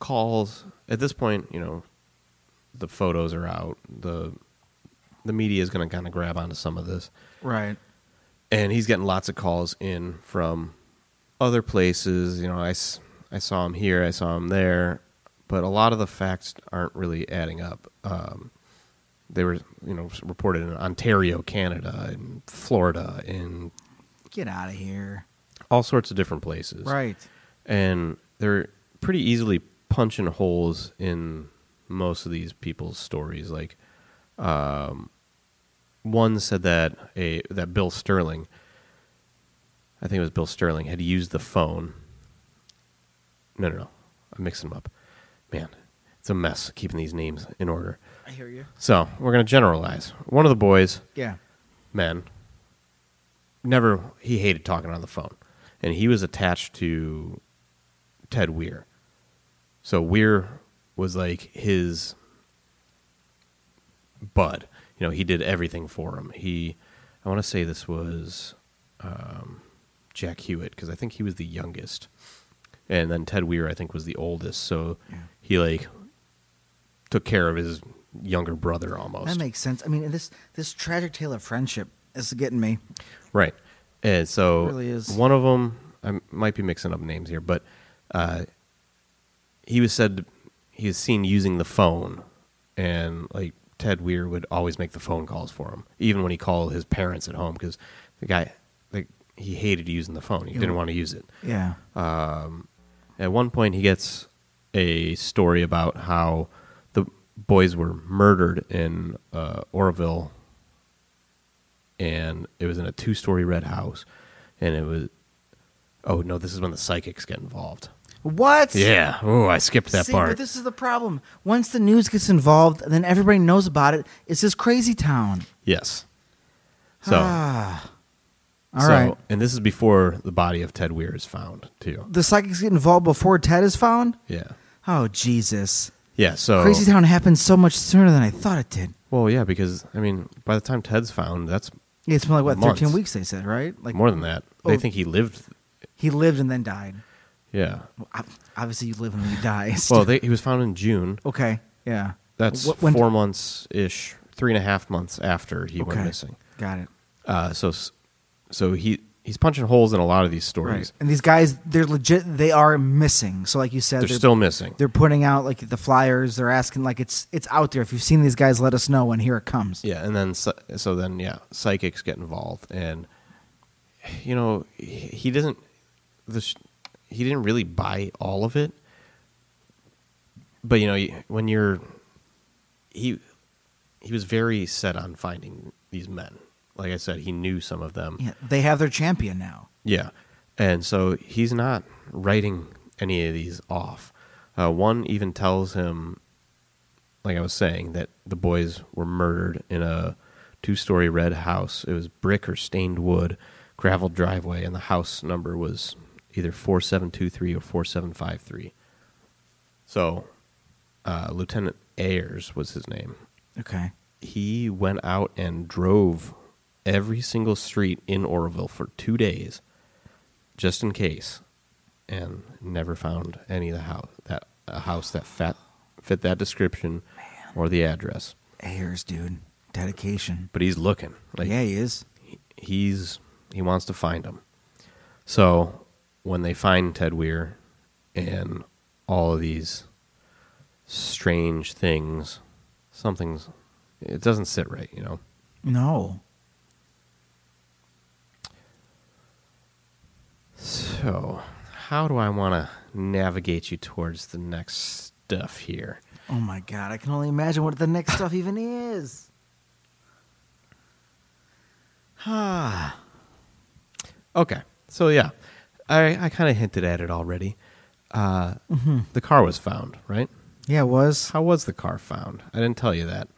S1: calls. At this point, you know, the photos are out. the The media is going to kind of grab onto some of this
S2: right.
S1: and he's getting lots of calls in from other places. You know, I, s- I saw him here, I saw him there, but a lot of the facts aren't really adding up. Um, they were, you know, reported in Ontario, Canada, in Florida, in
S2: Get out of here.
S1: all sorts of different places.
S2: Right.
S1: And they're pretty easily punching holes in most of these people's stories. Like, um, one said that a that Bill Sterling, I think it was Bill Sterling, had used the phone. No, no, no, I'm mixing them up. Man, it's a mess keeping these names in order.
S2: I hear you.
S1: So we're gonna generalize. One of the boys
S2: Yeah.
S1: men never he hated talking on the phone and he was attached to ted weir so weir was like his bud you know he did everything for him he i want to say this was um, jack hewitt because i think he was the youngest and then ted weir i think was the oldest so
S2: Yeah.
S1: he like took care of his younger brother almost
S2: That makes sense. I mean, this this tragic tale of friendship is getting me.
S1: Right. And so
S2: Really is.
S1: one of them, I might be mixing up names here, but uh, he was said he was seen using the phone, and like Ted Weir would always make the phone calls for him, even when he called his parents at home because the guy, like, he hated using the phone. He
S2: Yeah.
S1: didn't want to use it.
S2: Yeah.
S1: At one point, he gets a story about how the boys were murdered in uh, Oroville, and it was in a two-story red house, and it was. Oh no! This is when the psychics get involved.
S2: what?
S1: Yeah. Oh, I skipped that
S2: See,
S1: part.
S2: but this is the problem. Once the news gets involved, then everybody knows about it. It's this crazy town.
S1: yes. So,
S2: ah. All
S1: so
S2: right.
S1: and this is before the body of Ted Weir is found too.
S2: The psychics get involved before Ted is found.
S1: Yeah.
S2: Oh Jesus!
S1: Yeah. So
S2: Crazy Town happened so much sooner than I thought it did.
S1: Well, yeah, because I mean, by the time Ted's found, that's
S2: Yeah, It's been like what
S1: Months.
S2: thirteen weeks they said, right? Like
S1: more than that.
S2: Oh.
S1: They think he lived.
S2: he lived and then died.
S1: Yeah.
S2: Well, ob- Obviously, you live and you die.
S1: Well, they, he was found in June.
S2: okay, yeah.
S1: That's
S2: Oh, Wh- when-
S1: four months ish, three and a half months after he
S2: Okay.
S1: went missing.
S2: Got it.
S1: Uh, so, s- so he he's punching holes in a lot of these
S2: Right.
S1: stories.
S2: And these guys, they're legit. They are missing. So, like you said,
S1: They're, still missing.
S2: they're putting out like the flyers. They're asking like it's it's out there. If you've seen these guys, let us know. And here it comes.
S1: yeah, and then so, so then yeah, psychics get involved, and you know he, he doesn't the sh- he didn't really buy all of it, but you know you- when you're he he was very set on finding these men. Like I said, he knew some of them.
S2: Yeah, they have their champion now.
S1: Yeah. And so he's not writing any of these off. Uh, one even tells him, like I was saying, that the boys were murdered in a two story red house. It was brick or stained wood, gravel driveway, and the house number was either 4723 or 4753. So uh, Lieutenant Ayers was his name
S2: Okay.
S1: he went out and drove every single street in Oroville for two days, just in case, and never found any of the house that a house that fat, fit that description or the address.
S2: Ayers, dude, dedication.
S1: But he's looking. Like
S2: yeah, he is.
S1: he's he wants to find him. So when they find Ted Weir and all of these strange things, something's it doesn't sit right, you know.
S2: No.
S1: So, how do I want to navigate you towards the next stuff here?
S2: Oh my god, I can only imagine what the next stuff even is. Ah,
S1: Okay. So, yeah, I, I kind of hinted at it already. Uh, The car was found, right?
S2: yeah, it was.
S1: How was the car found? I didn't tell you that.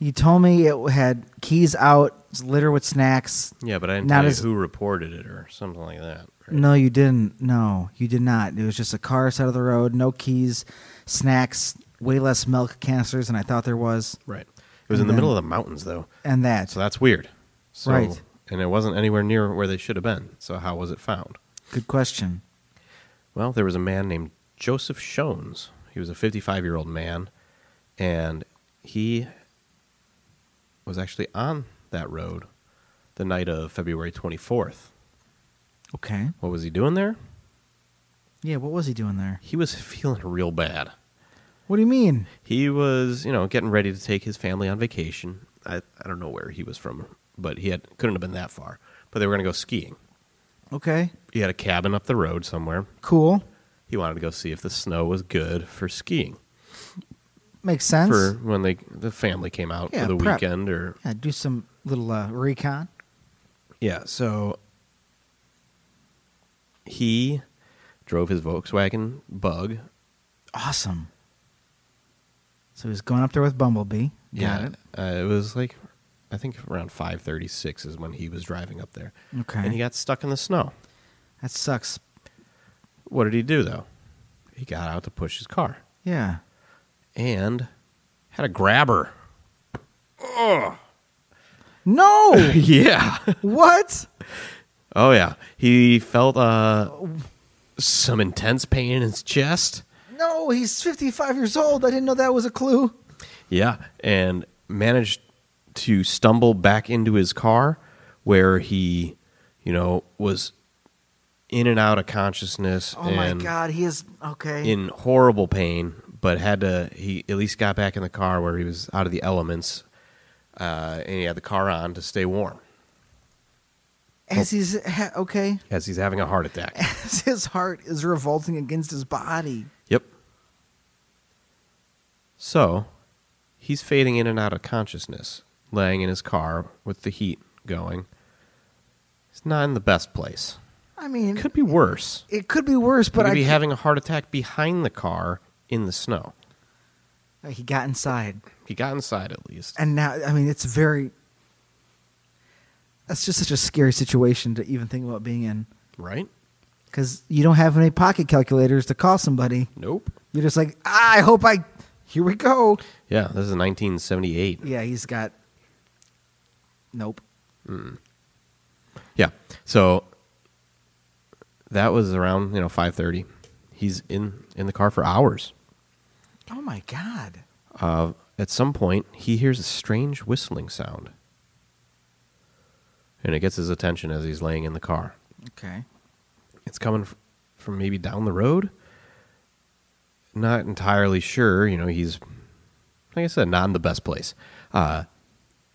S2: You told me it had keys out, it's littered with snacks.
S1: Yeah, but I didn't
S2: Not
S1: tell you
S2: as-
S1: who reported it or something like that. right?
S2: No, you didn't. No, you did not. It was just a car side of the road, no keys, snacks, way less milk canisters than I thought there was,
S1: Right. It was in
S2: And
S1: the middle of
S2: then-
S1: the mountains, though.
S2: and that
S1: So, that's weird. So,
S2: Right.
S1: And it wasn't anywhere near where they should have been. So, how was it found?
S2: good question.
S1: Well, there was a man named Joseph Shones. He was a 55 year old man, and he was actually on that road the night of February 24th.
S2: Okay,
S1: What was he doing there?
S2: Yeah, what was he doing there?
S1: He was feeling real bad.
S2: What do you mean?
S1: He was, you know, getting ready to take his family on vacation. I, I don't know where he was from, but he had couldn't have been that far. But they were going to go skiing.
S2: Okay,
S1: He had a cabin up the road somewhere.
S2: cool.
S1: He wanted to go see if the snow was good for skiing
S2: Makes sense.
S1: for when they the family came out
S2: Yeah,
S1: for the
S2: prep.
S1: weekend or
S2: yeah, do some little uh, recon.
S1: Yeah, so he drove his Volkswagen Bug.
S2: Awesome. So he's going up there with Bumblebee. Got it.
S1: Uh, it was like I think around 5:36 is when he was driving up there.
S2: Okay.
S1: And he got stuck in the snow.
S2: That sucks.
S1: What did he do though? He got out to push his car
S2: Yeah.
S1: and had a grabber.
S2: No.
S1: yeah.
S2: what?
S1: Oh yeah. He felt uh some intense pain in his chest.
S2: No, he's 55 years old. I didn't know that was a clue.
S1: Yeah, and managed to stumble back into his car where he, you know, was in and out of consciousness
S2: Oh my
S1: and
S2: god, he is okay.
S1: in horrible pain, but had to he at least got back in the car where he was out of the elements. Uh, and he had the car on to stay warm
S2: As he's ha- okay,
S1: as he's having a heart attack.
S2: as his heart is revolting against his body.
S1: yep. So, he's fading in and out of consciousness, laying in his car with the heat going. He's not in the best place.
S2: I mean,
S1: It could be worse.
S2: it could be worse,
S1: But
S2: but
S1: he
S2: I
S1: could be
S2: c-
S1: having a heart attack behind the car in the snow.
S2: he got inside.
S1: He got inside at least.
S2: And now, I mean, it's very. That's just such a scary situation to even think about being in.
S1: Right?
S2: Because you don't have any pocket calculators to call somebody.
S1: Nope.
S2: You're just like, ah, I hope I. Here we go.
S1: Yeah, this is 1978.
S2: Yeah, he's got. Nope.
S1: Yeah. So that was around, you know, 5:30. He's in in the car for hours.
S2: Oh my God.
S1: Uh, at some point, he hears a strange whistling sound. And it gets his attention as he's laying in the car.
S2: Okay.
S1: it's coming f- from maybe down the road. Not entirely sure. You know, he's like I said, not in the best place. Uh,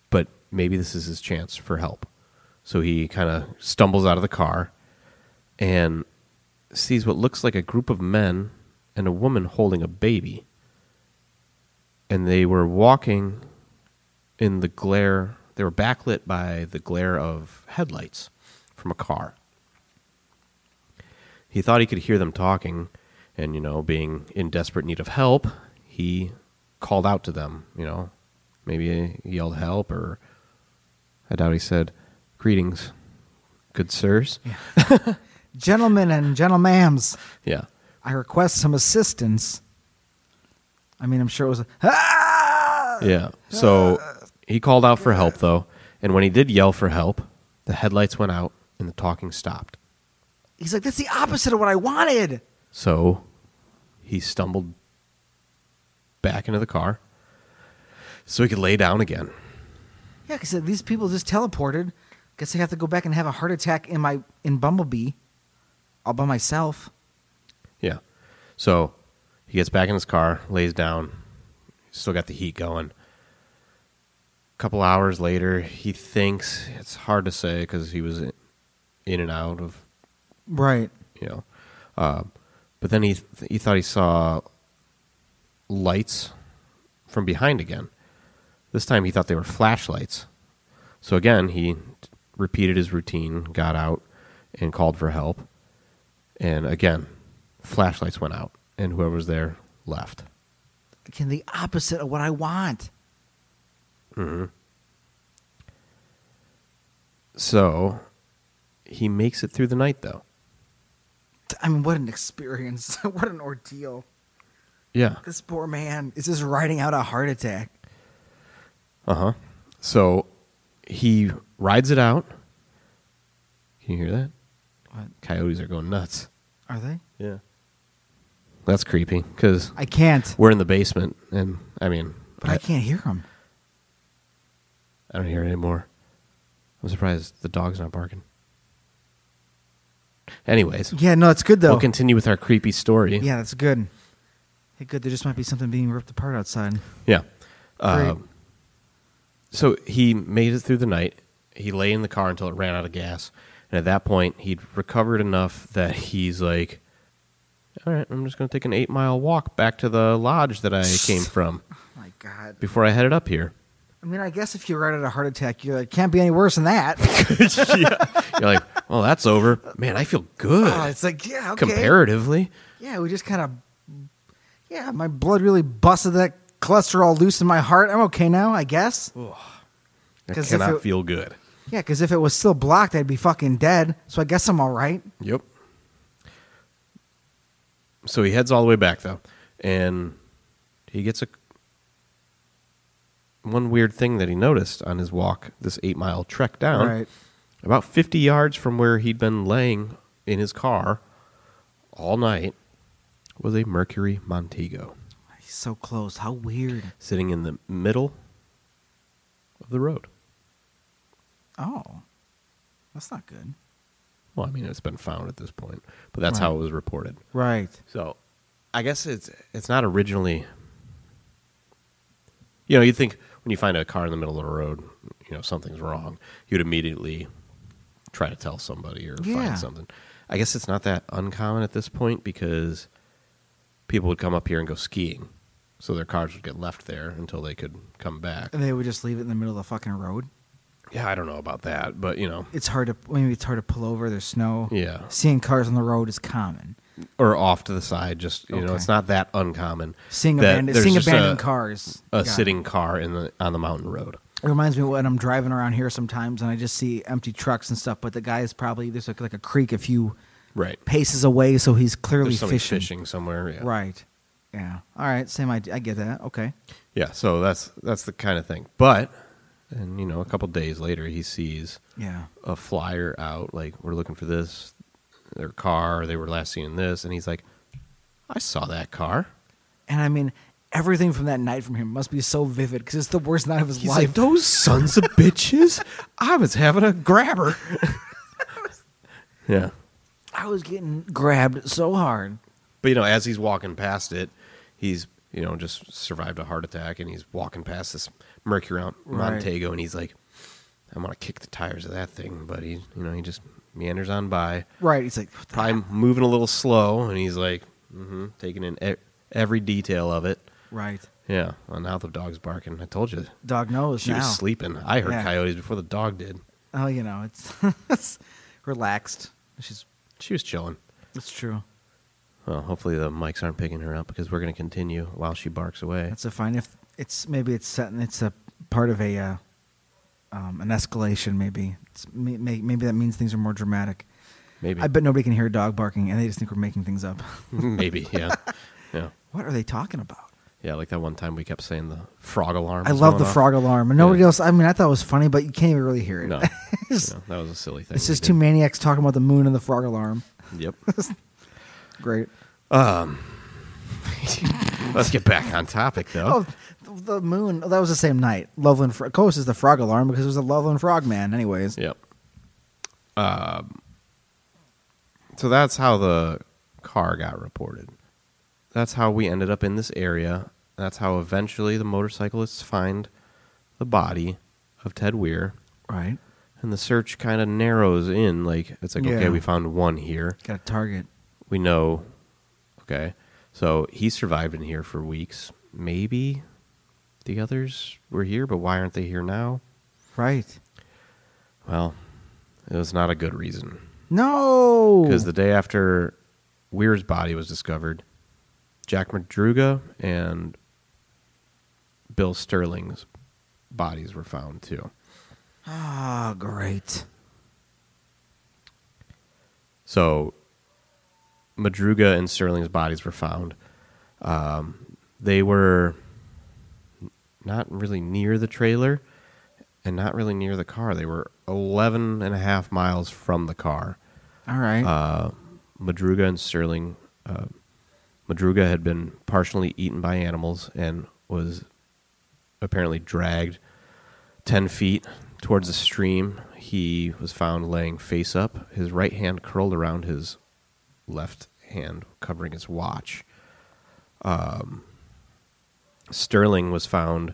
S1: but maybe this is his chance for help. So he kind of stumbles out of the car and sees what looks like a group of men and a woman holding a baby. And they were walking in the glare. They were backlit by the glare of headlights from a car he thought he could hear them talking and you know being in desperate need of help he called out to them you know maybe he yelled help or i doubt he said greetings good sirs
S2: Gentlemen and gentlemams,
S1: yeah
S2: I request some assistance. I mean, I'm sure it was. a- ah!
S1: yeah so he called out for help though and when he did yell for help the headlights went out and the talking stopped
S2: He's like, that's the opposite of what I wanted.
S1: So he stumbled back into the car so he could lay down again
S2: Yeah, because these people just teleported. Guess I have to go back and have a heart attack in my in Bumblebee, all by myself.
S1: Yeah. So he gets back in his car, lays down, still got the heat going. A couple hours later, he thinks it's hard to say because he was in and out of,
S2: Right.
S1: you know. Uh, but then he th- he thought he saw lights from behind again. This time he thought they were flashlights. So again, he t- repeated his routine, got out, and called for help. And again, flashlights went out, and whoever was there left.
S2: Again, the opposite of what I want.
S1: So he makes it through the night, though.
S2: I mean, what an experience. what an ordeal.
S1: Yeah.
S2: This poor man is just riding out a heart attack.
S1: Uh huh. So he rides it out. Can you hear that?
S2: What?
S1: Coyotes are going nuts.
S2: Are they?
S1: Yeah. That's creepy because
S2: I can't.
S1: we're in the basement, and I mean,
S2: But I can't hear him.
S1: I don't hear it anymore. I'm surprised the dog's not barking. Anyways,
S2: Yeah, no, it's good though.
S1: we'll continue with our creepy story.
S2: yeah, that's good. Hey, good. There just might be something being ripped apart outside.
S1: Yeah.
S2: Great.
S1: Um, so he made it through the night. He lay in the car until it ran out of gas. And at that point, he'd recovered enough that he's like, all right, I'm just going to take an eight mile walk back to the lodge that I came from
S2: Oh my god.
S1: before I headed up here.
S2: I mean, I guess if you're right at a heart attack, you're like, can't be any worse than that.
S1: You're like, well, that's over. Man, I feel good.
S2: Oh, it's like, yeah, okay.
S1: Comparatively.
S2: Yeah, we just kind of. Yeah, my blood really busted that cholesterol loose in my heart. I'm okay now, I guess.
S1: I
S2: 'Cause if
S1: cannot
S2: it-
S1: feel good.
S2: Yeah, because if it was still blocked, I'd be fucking dead. So I guess I'm all right.
S1: Yep. So he heads all the way back though, and he gets a one weird thing that he noticed on his walk, this eight mile trek down,
S2: Right.
S1: about fifty yards from where he'd been laying in his car all night, was a Mercury Montego
S2: He's so close. How weird.
S1: sitting in the middle of the road.
S2: Oh, that's not good.
S1: Well, I mean, it's been found at this point, but that's
S2: Right.
S1: how it was reported.
S2: Right.
S1: So, I guess it's it's not originally. You know, you think when you find a car in the middle of the road, you know something's wrong. You'd immediately try to tell somebody or
S2: Yeah.
S1: find something. I guess it's not that uncommon at this point because people would come up here and go skiing, so their cars would get left there until they could come back.
S2: And they would just leave it in the middle of the fucking road.
S1: Yeah, I don't know about that, but you know,
S2: It's hard to maybe it's hard to pull over. There's snow.
S1: yeah,
S2: Seeing cars on the road is common.
S1: or off to the side, just you know,
S2: Okay.
S1: it's not that uncommon.
S2: Seeing
S1: that
S2: abandoned,
S1: there's
S2: seeing
S1: just
S2: abandoned
S1: a-
S2: cars.
S1: a
S2: Got it.
S1: sitting car in the on the mountain road.
S2: It reminds me when I'm driving around here sometimes and I just see empty trucks and stuff, but the guy is probably there's like, like a creek a few
S1: Right.
S2: paces away, so he's clearly
S1: There's somebody
S2: fishing.
S1: fishing. somewhere. Yeah.
S2: Right. Yeah. All right. Same idea. I get that. Okay.
S1: Yeah. So that's that's the kind of thing. But and you know, a couple days later, he sees
S2: Yeah.
S1: a flyer out like we're looking for this their car. They were last seen in this, and he's like, I saw that car.
S2: And I mean, everything from that night from him must be so vivid because it's the worst night of his
S1: He's
S2: life.
S1: like, those sons of bitches! I was having a grabber. yeah.
S2: I was getting grabbed so hard.
S1: But you know, as he's walking past it, he's you know just survived a heart attack, and he's walking past this Mercury Mont-
S2: Right.
S1: Montego, and he's like, "I'm gonna kick the tires of that thing," but he you know he just meanders on by,
S2: Right. He's like, what the-
S1: probably moving a little slow, and he's like, mm-hmm, taking in e- every detail of it.
S2: right.
S1: Yeah, well now the dog's barking. I told you
S2: Dog knows
S1: she
S2: now.
S1: was sleeping. I heard
S2: Yeah.
S1: coyotes before the dog did.
S2: Oh, you know, it's, it's relaxed. She's.
S1: She was chilling.
S2: It's true.
S1: Well, hopefully the mics aren't picking her up because we're gonna continue while she barks away.
S2: That's a fine. If it's maybe it's set, it's a part of a uh, um, an escalation. Maybe it's, may, may- maybe that means things are more dramatic.
S1: Maybe.
S2: I bet nobody can hear a dog barking, and they just think we're making things up.
S1: Maybe, yeah. Yeah.
S2: what are they talking about?
S1: Yeah, like that one time we kept saying the frog alarm.
S2: I
S1: was
S2: love
S1: going
S2: the
S1: off.
S2: frog alarm, and nobody
S1: Yeah.
S2: else. I mean, I thought it was funny, but you can't even really hear it.
S1: No. You
S2: it's,
S1: know, that was a silly thing.
S2: it's
S1: we
S2: just two
S1: did.
S2: maniacs talking about the moon and the frog alarm.
S1: Yep. Um,
S2: Great.
S1: Let's get back on topic though.
S2: Oh, th- the moon. Oh, that was the same night. Loveland. Fro- of course, is the frog alarm because it was a Loveland frog man. Anyways.
S1: Yep. Um, so that's how the car got reported. That's how we ended up in this area. That's how eventually the motorcyclists find the body of Ted Weir.
S2: Right.
S1: And the search kind of narrows in. Like, it's like,
S2: Yeah.
S1: okay, we found one here.
S2: Got a target.
S1: we know okay so he survived in here for weeks maybe the others were here but why aren't they here now
S2: Right.
S1: well it was not a good reason
S2: No.
S1: because the day after weir's body was discovered jack madruga and bill sterling's bodies were found too
S2: Ah, great.
S1: So Madruga and Sterling's bodies were found. Um, they were not really near the trailer and not really near the car. They were 11 and a half miles from the car.
S2: All right.
S1: Uh, Madruga and Sterling. Uh, Madruga had been partially eaten by animals and was apparently dragged 10 feet Towards the stream, he was found laying face up, his right hand curled around his left hand, covering his watch. Um, Sterling was found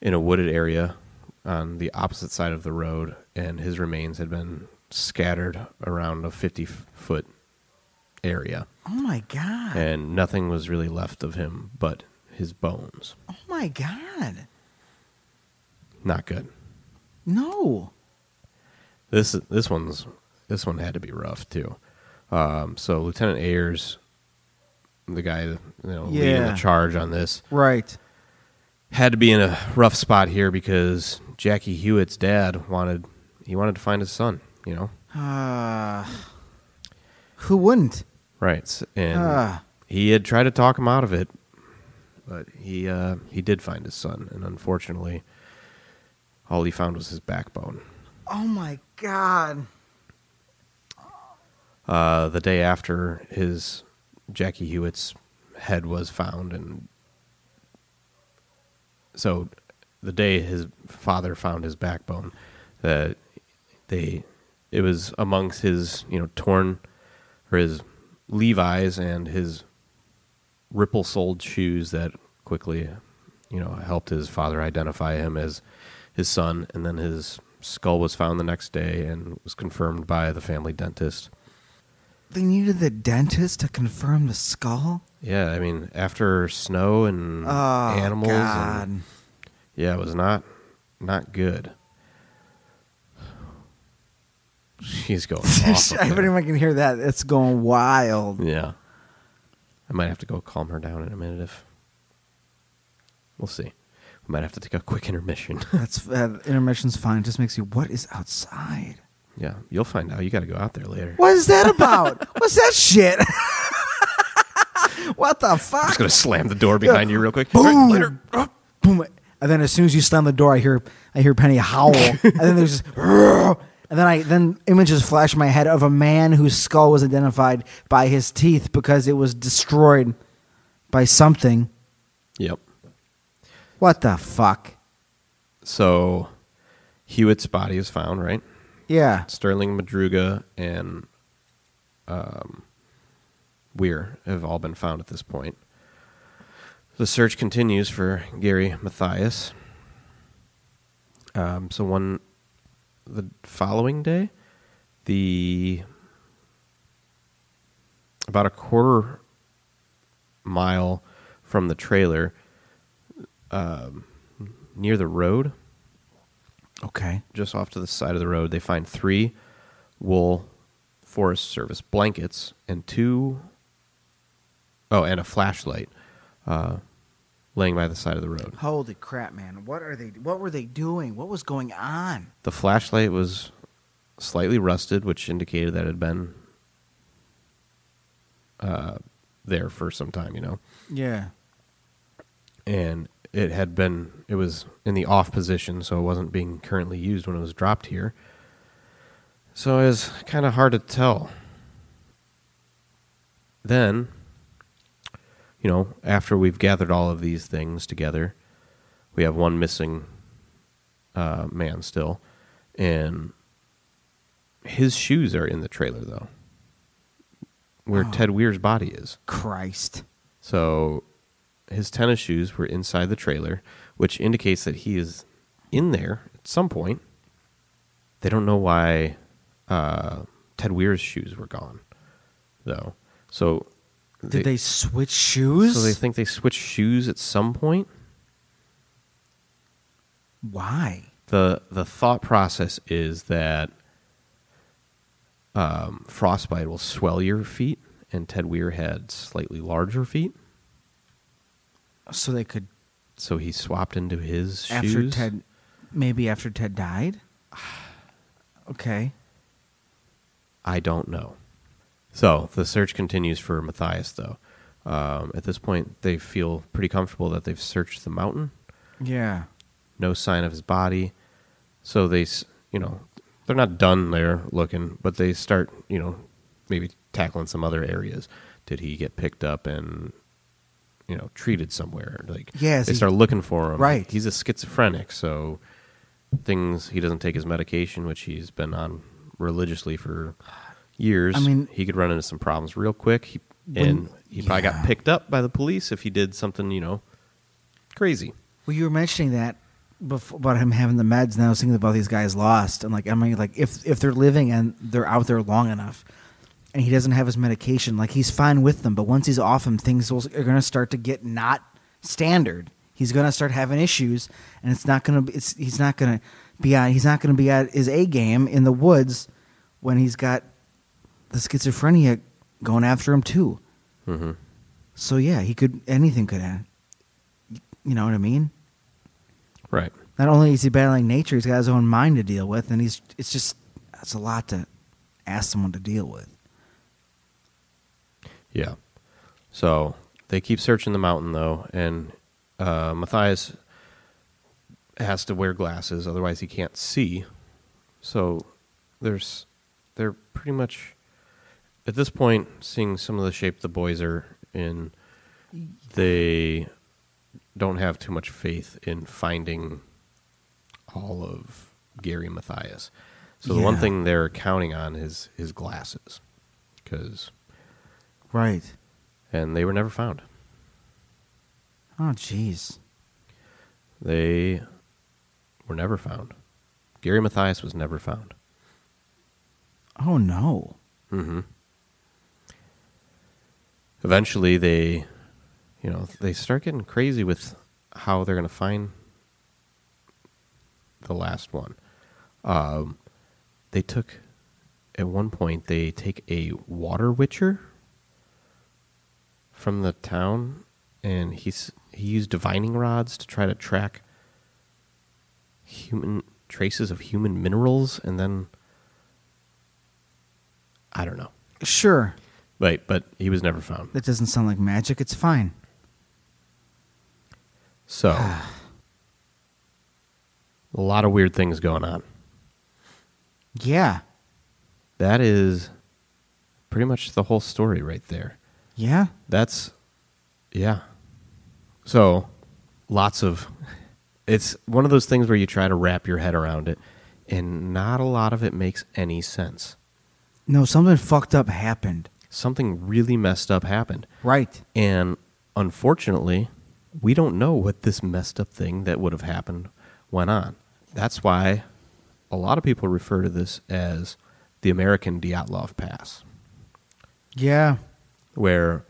S1: in a wooded area on the opposite side of the road, and his remains had been scattered around a 50 foot area,
S2: Oh my god.
S1: and nothing was really left of him but his bones.
S2: Oh my god.
S1: Not good.
S2: No.
S1: This this one's this one had to be rough too. Um, so Lieutenant Ayers, the guy you know leading
S2: Yeah.
S1: the charge on this,
S2: Right.
S1: had to be in a rough spot here because Jackie Hewitt's dad wanted he wanted to find his son. You know,
S2: Uh, who wouldn't?
S1: right? S- And
S2: Ah.
S1: he had tried to talk him out of it, but he uh, he did find his son, and unfortunately, all he found was his backbone.
S2: Oh my god.
S1: uh, the day after his Jackie Hewitt's head was found, and so the day his father found his backbone, that they it was amongst his you know torn or his Levi's and his ripple-soled shoes that quickly you know helped his father identify him as his son, and then his skull was found the next day and was confirmed by the family dentist.
S2: They needed the dentist to confirm the skull?
S1: Yeah, I mean, after snow and
S2: Oh,
S1: Mm, animals,
S2: God.
S1: And, yeah, it was not not good. She's going off. up
S2: I bet
S1: there.
S2: anyone can hear that. It's going wild.
S1: Yeah, I might have to go calm her down in a minute. If we'll see, we might have to take a quick intermission.
S2: That's uh, intermission's fine. It just makes you, what is outside?
S1: yeah, you'll find out. You got to go out there later.
S2: What is that about? What's that shit? what the
S1: I'm just
S2: fuck?
S1: gonna slam the door behind you real quick.
S2: Boom!
S1: Later.
S2: Boom! And then as soon as you slam the door, I hear I hear Penny howl, and then there's just, and then I then images flash in my head of a man whose skull was identified by his teeth because it was destroyed by something.
S1: Yep.
S2: What the fuck?
S1: So Hewitt's body is found, right?
S2: Yeah.
S1: Sterling, Madruga, and um, Weir have all been found at this point. The search continues for Gary Mathias. Um, so one, the following day, the about a quarter mile from the trailer, um, near the road,
S2: Okay.
S1: just off to the side of the road, they find three wool Forest Service blankets and two, oh, and a flashlight uh, laying by the side of the road.
S2: Holy crap, man! What are they? What were they doing? What was going on?
S1: The flashlight was slightly rusted, which indicated that it had been uh, there for some time, you know.
S2: Yeah.
S1: And it had been, it was in the off position, so it wasn't being currently used when it was dropped here. So it was kind of hard to tell. Then, you know, after we've gathered all of these things together, we have one missing uh, man still, and his shoes are in the trailer though, where
S2: Oh.
S1: Ted Weir's body is.
S2: Christ.
S1: So his tennis shoes were inside the trailer, which indicates that he is in there at some point. They don't know why uh, Ted Weir's shoes were gone, though. So
S2: Did they, switch shoes?
S1: So they think they switched shoes at some point.
S2: Why?
S1: the The thought process is that um, frostbite will swell your feet, and Ted Weir had slightly larger feet,
S2: So they could
S1: so he swapped into his
S2: after
S1: shoes.
S2: Ted, maybe after Ted died. Okay.
S1: I don't know. So the search continues for Matthias, though. Um, at this point, they feel pretty comfortable that they've searched the mountain.
S2: Yeah.
S1: No sign of his body. So they, s- you know, they're not done there looking, but they start, you know, maybe tackling some other areas. Did he get picked up and, you know, treated somewhere? Like,
S2: Yeah, is
S1: they
S2: he-
S1: start looking for him.
S2: Right.
S1: He's a schizophrenic, so things. He doesn't take his medication, which he's been on religiously for years.
S2: I mean-
S1: he could run into some problems real quick. He, and he probably got
S2: yeah.
S1: picked up by the police if he did something, you know, crazy.
S2: Well, you were mentioning that before, about him having the meds, and I was thinking about these guys lost, and like I mean, like if if they're living and they're out there long enough, and he doesn't have his medication, like he's fine with them, but once he's off them, things will, are going to start to get not standard. He's going to start having issues, and it's not going to. It's he's not going to be on. He's not going to be at his A game in the woods when he's got the schizophrenia going after him too.
S1: hmm
S2: So yeah, he could anything could happen. You know what I mean?
S1: Right.
S2: not only is he battling nature, he's got his own mind to deal with, and he's it's just that's a lot to ask someone to deal with.
S1: Yeah. So they keep searching the mountain though, and uh, Matthias has to wear glasses, otherwise he can't see. So there's they're pretty much at this point seeing some of the shape the boys are in. They don't have too much faith in finding all of Gary Matthias. So the one
S2: Yeah.
S1: thing they're counting on is his glasses, because
S2: Right.
S1: and they were never found.
S2: Oh, jeez.
S1: They were never found. Gary Mathias was never found.
S2: Oh no.
S1: Mm-hmm. Eventually, they, you know, they start getting crazy with how they're going to find the last one. Um, they took, at one point, they take a water witcher from the town, and he's he used divining rods to try to track human traces of human minerals, and then I don't know.
S2: Sure,
S1: Right, but he was never found.
S2: that doesn't sound like magic. It's fine.
S1: So, a lot of weird things going on.
S2: Yeah.
S1: That is pretty much the whole story right there.
S2: Yeah.
S1: That's, yeah. So, lots of, it's one of those things where you try to wrap your head around it, and not a lot of it makes any sense.
S2: No, something fucked up happened.
S1: Something really messed up happened.
S2: Right.
S1: And unfortunately, we don't know what this messed up thing that would have happened went on. That's why a lot of people refer to this as the American Dyatlov Pass,
S2: Yeah.
S1: where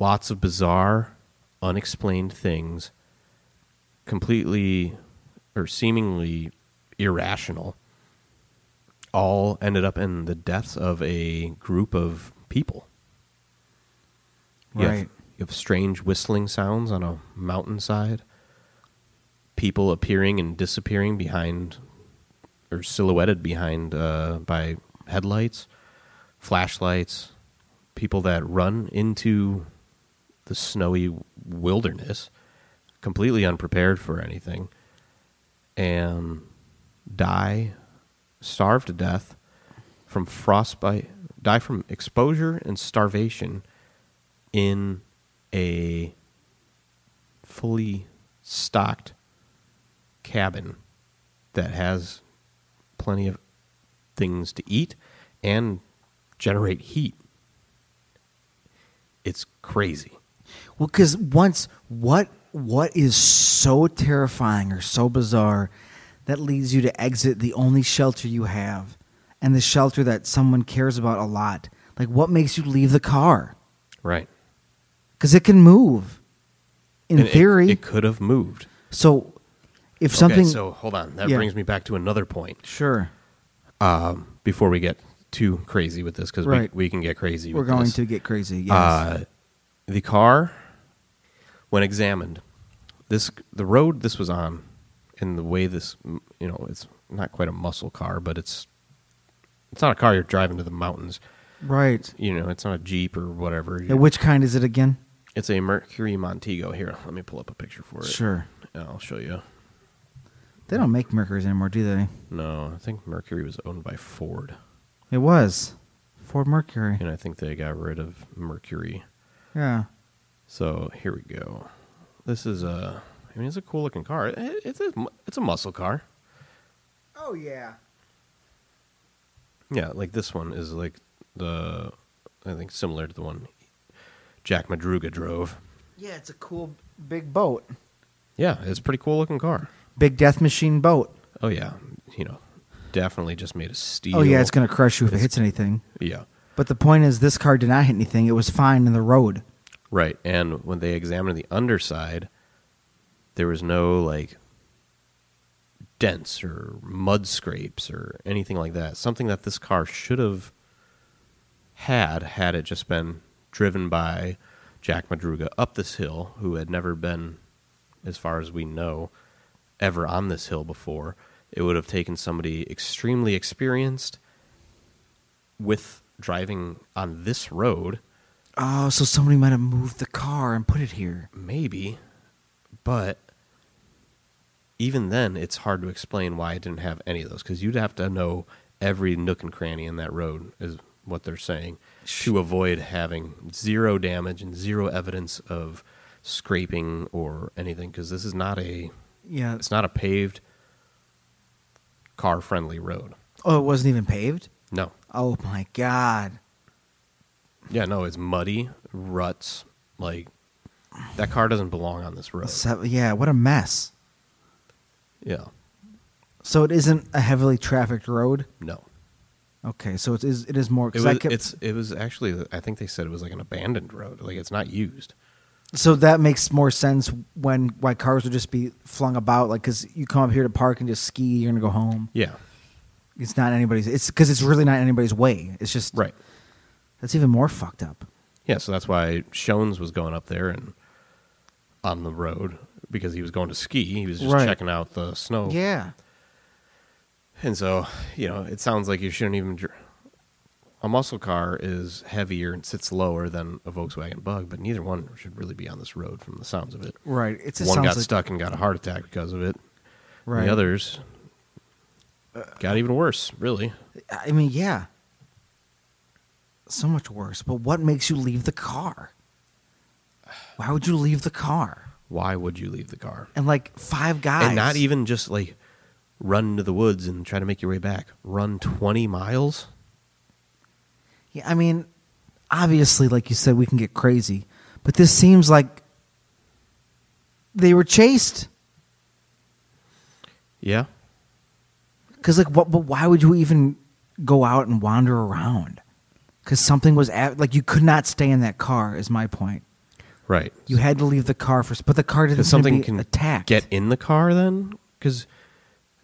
S1: lots of bizarre, unexplained things, completely or seemingly irrational, all ended up in the deaths of a group of people. You have,
S2: Right.
S1: you have strange whistling sounds on a mountainside. People appearing and disappearing behind, or silhouetted behind uh, by headlights, flashlights. People that run into the snowy wilderness, completely unprepared for anything, and die, starve to death from frostbite, die from exposure and starvation in a fully stocked cabin that has plenty of things to eat and generate heat. It's crazy.
S2: Well, because once what what is so terrifying or so bizarre that leads you to exit the only shelter you have, and the shelter that someone cares about a lot. Like, what makes you leave the car?
S1: Right.
S2: because it can move in theory
S1: It, could have moved.
S2: so if something
S1: Okay, so hold on. That
S2: Yeah.
S1: brings me back to another point
S2: sure
S1: um, before we get too crazy with this because
S2: Right.
S1: we, we can get crazy
S2: we're
S1: with
S2: going
S1: this.
S2: to get crazy yes
S1: Uh, the car, when examined, this the road this was on, and the way this you know it's not quite a muscle car, but it's it's not a car you're driving to the mountains.
S2: right
S1: You know, it's not a jeep or whatever.
S2: Uh, which kind is it again
S1: It's a Mercury Montego. Here, let me pull up a picture for it.
S2: sure
S1: and I'll show you.
S2: they don't make mercuries anymore do they
S1: No, I think Mercury was owned by Ford,
S2: it was ford mercury
S1: and I think they got rid of Mercury.
S2: yeah
S1: So here we go. This is a. I mean, it's a cool looking car. It- It's a. It's a muscle car.
S2: Oh yeah.
S1: Yeah, like this one is like the I think similar to the one Jack Madruga drove.
S2: Yeah, it's a cool big boat.
S1: Yeah, it's a pretty cool looking car.
S2: Big death machine boat.
S1: Oh yeah, you know, definitely just made of steel.
S2: Oh yeah, it's gonna crush you if it hits anything.
S1: yeah,
S2: But the point is, this car did not hit anything. It was fine in the road.
S1: right. And when they examined the underside, there was no like dents or mud scrapes or anything like that. Something that this car should have had had it just been driven by Jack Madruga up this hill, who had never been, as far as we know, ever on this hill before. It would have taken somebody extremely experienced with driving on this road,
S2: Oh, so somebody might have moved the car and put it here.
S1: maybe, but even then, it's hard to explain why it didn't have any of those because you'd have to know every nook and cranny in that road is what they're saying to avoid having zero damage and zero evidence of scraping or anything because this is not a
S2: Yeah.
S1: it's not a paved car friendly road.
S2: Oh, it wasn't even paved.
S1: No,
S2: Oh my god.
S1: yeah, no, it's muddy ruts. Like that car doesn't belong on this road.
S2: So, yeah, what a mess.
S1: Yeah,
S2: So it isn't a heavily trafficked road.
S1: no.
S2: Okay, so it is. It is more.
S1: It
S2: 'cause I
S1: was,
S2: kept-
S1: it's, it was actually, I think they said it was like an abandoned road. Like it's not used.
S2: so that makes more sense when why cars would just be flung about, like because you come up here to park and just ski, you're gonna go home.
S1: Yeah.
S2: It's not anybody's. It's because it's really not anybody's way. It's just
S1: Right.
S2: That's even more fucked up.
S1: Yeah. So that's why Shones was going up there and on the road because he was going to ski. He was just
S2: Right.
S1: checking out the snow.
S2: Yeah.
S1: And so, you know, it sounds like you shouldn't even. Dr- a muscle car is heavier and sits lower than a Volkswagen Bug, but neither one should really be on this road from the sounds of it.
S2: Right. It's
S1: one got stuck and got a heart attack because of it.
S2: Right. Uh,
S1: The others got even worse, really.
S2: I mean, yeah. So much worse. But what makes you leave the car? Why would you leave the car?
S1: Why would you leave the car?
S2: And like five guys.
S1: And not even just like run to the woods and try to make your way back. Run 20 miles?
S2: Yeah, I mean, obviously, like you said, we can get crazy. But this seems like they were chased.
S1: Yeah.
S2: Because like, what? But why would you even go out and wander around? Because something was at, like you could not stay in that car. Is my point.
S1: Right.
S2: You had to leave the car first, but the car didn't
S1: Because
S2: seem to
S1: something
S2: be
S1: can
S2: attacked.
S1: get in the car then? Because,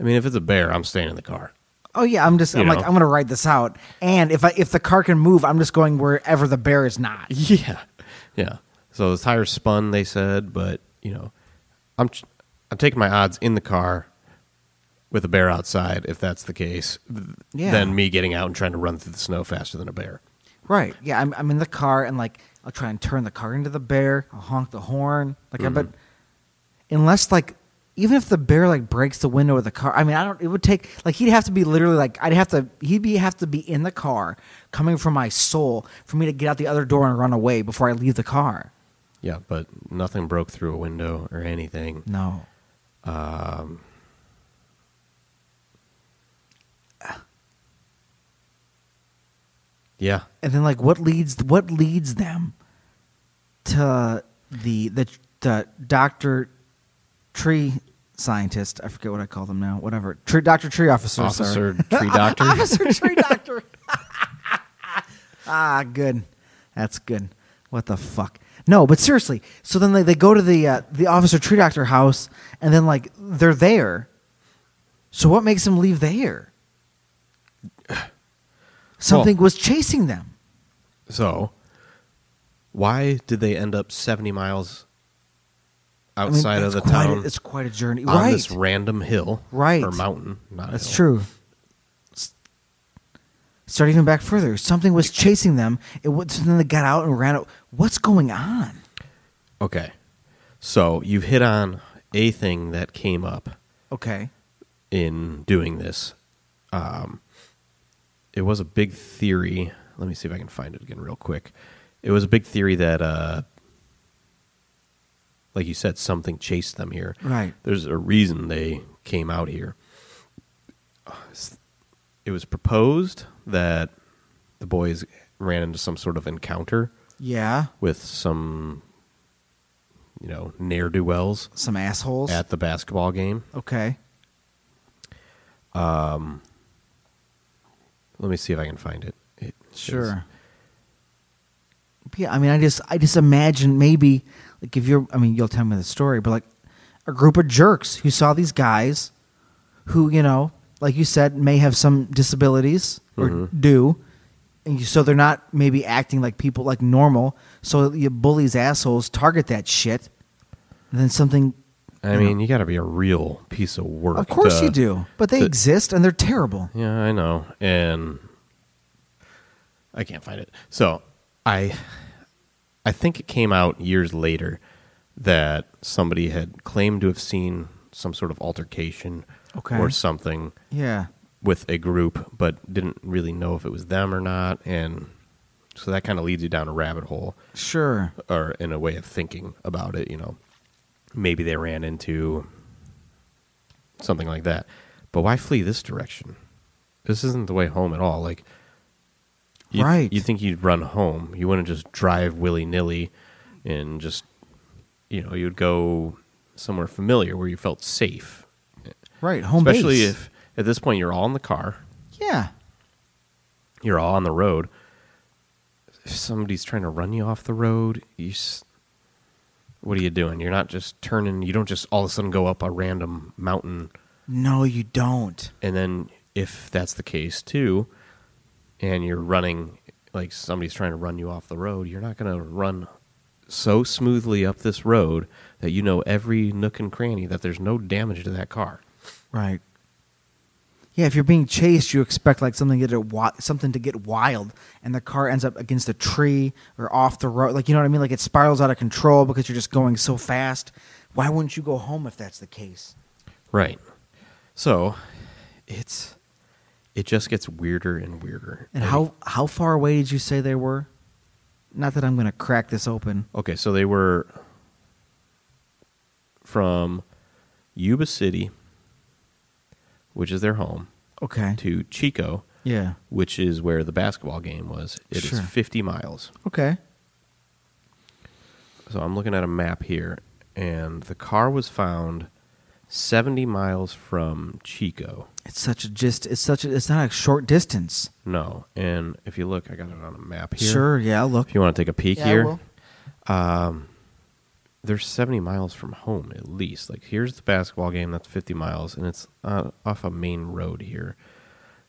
S1: I mean, if it's a bear, I'm staying in the car.
S2: Oh yeah, I'm just
S1: You
S2: I'm like
S1: know.
S2: I'm gonna ride this out, and if I if the car can move, I'm just going wherever the bear is not.
S1: Yeah. Yeah. So the tires spun, they said, but, you know, I'm, ch- I'm taking my odds in the car with a bear outside, if that's the case, th-
S2: Yeah.
S1: than me getting out and trying to run through the snow faster than a bear.
S2: Right? Yeah, I'm I'm in the car, and like I'll try and turn the car into the bear. I'll honk the horn. Like I bet, unless like even if the bear like breaks the window of the car, I mean I don't. It would take like he'd have to be literally like I'd have to he'd be have to be in the car coming from my soul for me to get out the other door and run away before I leave the car.
S1: Yeah, but nothing broke through a window or anything.
S2: No.
S1: Yeah.
S2: and then like what leads what leads them to the the the doctor tree scientist i forget what i call them now whatever tree, doctor tree officer
S1: Officer
S2: sorry.
S1: Tree Doctor.
S2: officer tree doctor ah good that's good what the fuck no but seriously so then they, they go to the uh, the officer tree doctor house and then like they're there so what makes them leave there something was chasing them
S1: So, why did they end up 70 miles outside
S2: it's
S1: of the
S2: quite
S1: town
S2: A, it's quite a journey,
S1: on
S2: right?
S1: this random hill
S2: Right.
S1: or mountain? Not a
S2: That's
S1: hill.
S2: true. S- Start even back further. Something was chasing them. It was, so then they got out and ran. Out. What's going on?
S1: Okay. So, you've hit on a thing that came up
S2: Okay.
S1: in doing this. Um, it was a big theory. Let me see if I can find it again real quick. It was a big theory that, uh, like you said, something chased them here.
S2: Right.
S1: There's a reason they came out here. s- it was proposed that the boys ran into some sort of encounter
S2: Yeah.
S1: with some, you know, ne'er do wells
S2: Some assholes.
S1: at the basketball game.
S2: okay.
S1: Let me see if I can find it. It is-
S2: Sure. Yeah, I mean, I just, I just imagine maybe, like, if you're, I mean, you'll tell me the story, but like, a group of jerks who saw these guys, who you know, like you said, may have some disabilities or
S1: Mm-hmm.
S2: do, and you, so they're not maybe acting like people like normal. So you bullies, assholes, target that shit, and then something.
S1: I mean, you got to be a real piece of work.
S2: Of course
S1: uh, to-
S2: you do, but they
S1: the-
S2: exist and they're terrible.
S1: Yeah, I know, and I can't find it. So I, I think it came out years later that somebody had claimed to have seen some sort of altercation
S2: Okay.
S1: or something
S2: Yeah.
S1: with a group, but didn't really know if it was them or not, and so that kind of leads you down a rabbit hole
S2: Sure.
S1: or in a way of thinking about it. You know, maybe they ran into something like that. But why flee this direction? This isn't the way home at all. Like, you
S2: Right.
S1: You think you'd run home? You wouldn't just drive willy nilly, and just you know you'd go somewhere familiar where you felt safe.
S2: Right. Home
S1: Especially
S2: base.
S1: if at this point you're all in the car,
S2: yeah.
S1: you're all on the road. If somebody's trying to run you off the road, you s- what are you doing? You're not just turning. You don't just all of a sudden go up a random mountain.
S2: No, you don't.
S1: And then if that's the case too, and you're running like somebody's trying to run you off the road, you're not going to run so smoothly up this road that you know every nook and cranny that there's no damage to that car.
S2: Right. Yeah, if you're being chased, you expect like something to get wi- something to get wild, and the car ends up against a tree or off the road. Like you know what I mean? Like it spirals out of control because you're just going so fast. Why wouldn't you go home if that's the case?
S1: Right. So, it's it just gets weirder and weirder.
S2: And
S1: I mean,
S2: how how far away did you say they were? Not that I'm going to crack this open.
S1: Okay, so they were from Yuba City, which is their home,
S2: Okay.
S1: to Chico,
S2: Yeah.
S1: which is where the basketball game was. It is
S2: Sure.
S1: 50 miles.
S2: Okay.
S1: So I'm looking at a map here, and the car was found 70 miles from Chico.
S2: It's such a just. It's such. A, it's not a short distance.
S1: No, and if you look, I got it on a map here.
S2: Sure. Yeah. I'll Look.
S1: If you want to take a peek
S2: Yeah, I
S1: here,
S2: will.
S1: they're 70 miles from home at least like here's the basketball game that's 50 miles and it's uh, off a main road here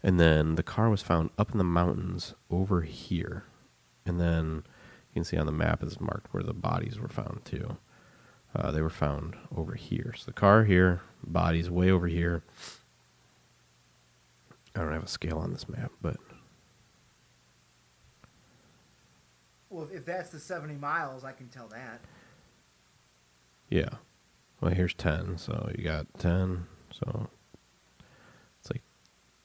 S1: and then the car was found up in the mountains over here and then you can see on the map is marked where the bodies were found too uh, they were found over here so the car here bodies way over here i don't have a scale on this map but
S2: Well, if that's the 70 miles, I can tell that.
S1: Yeah. Well, here's 10. So you got 10. So it's like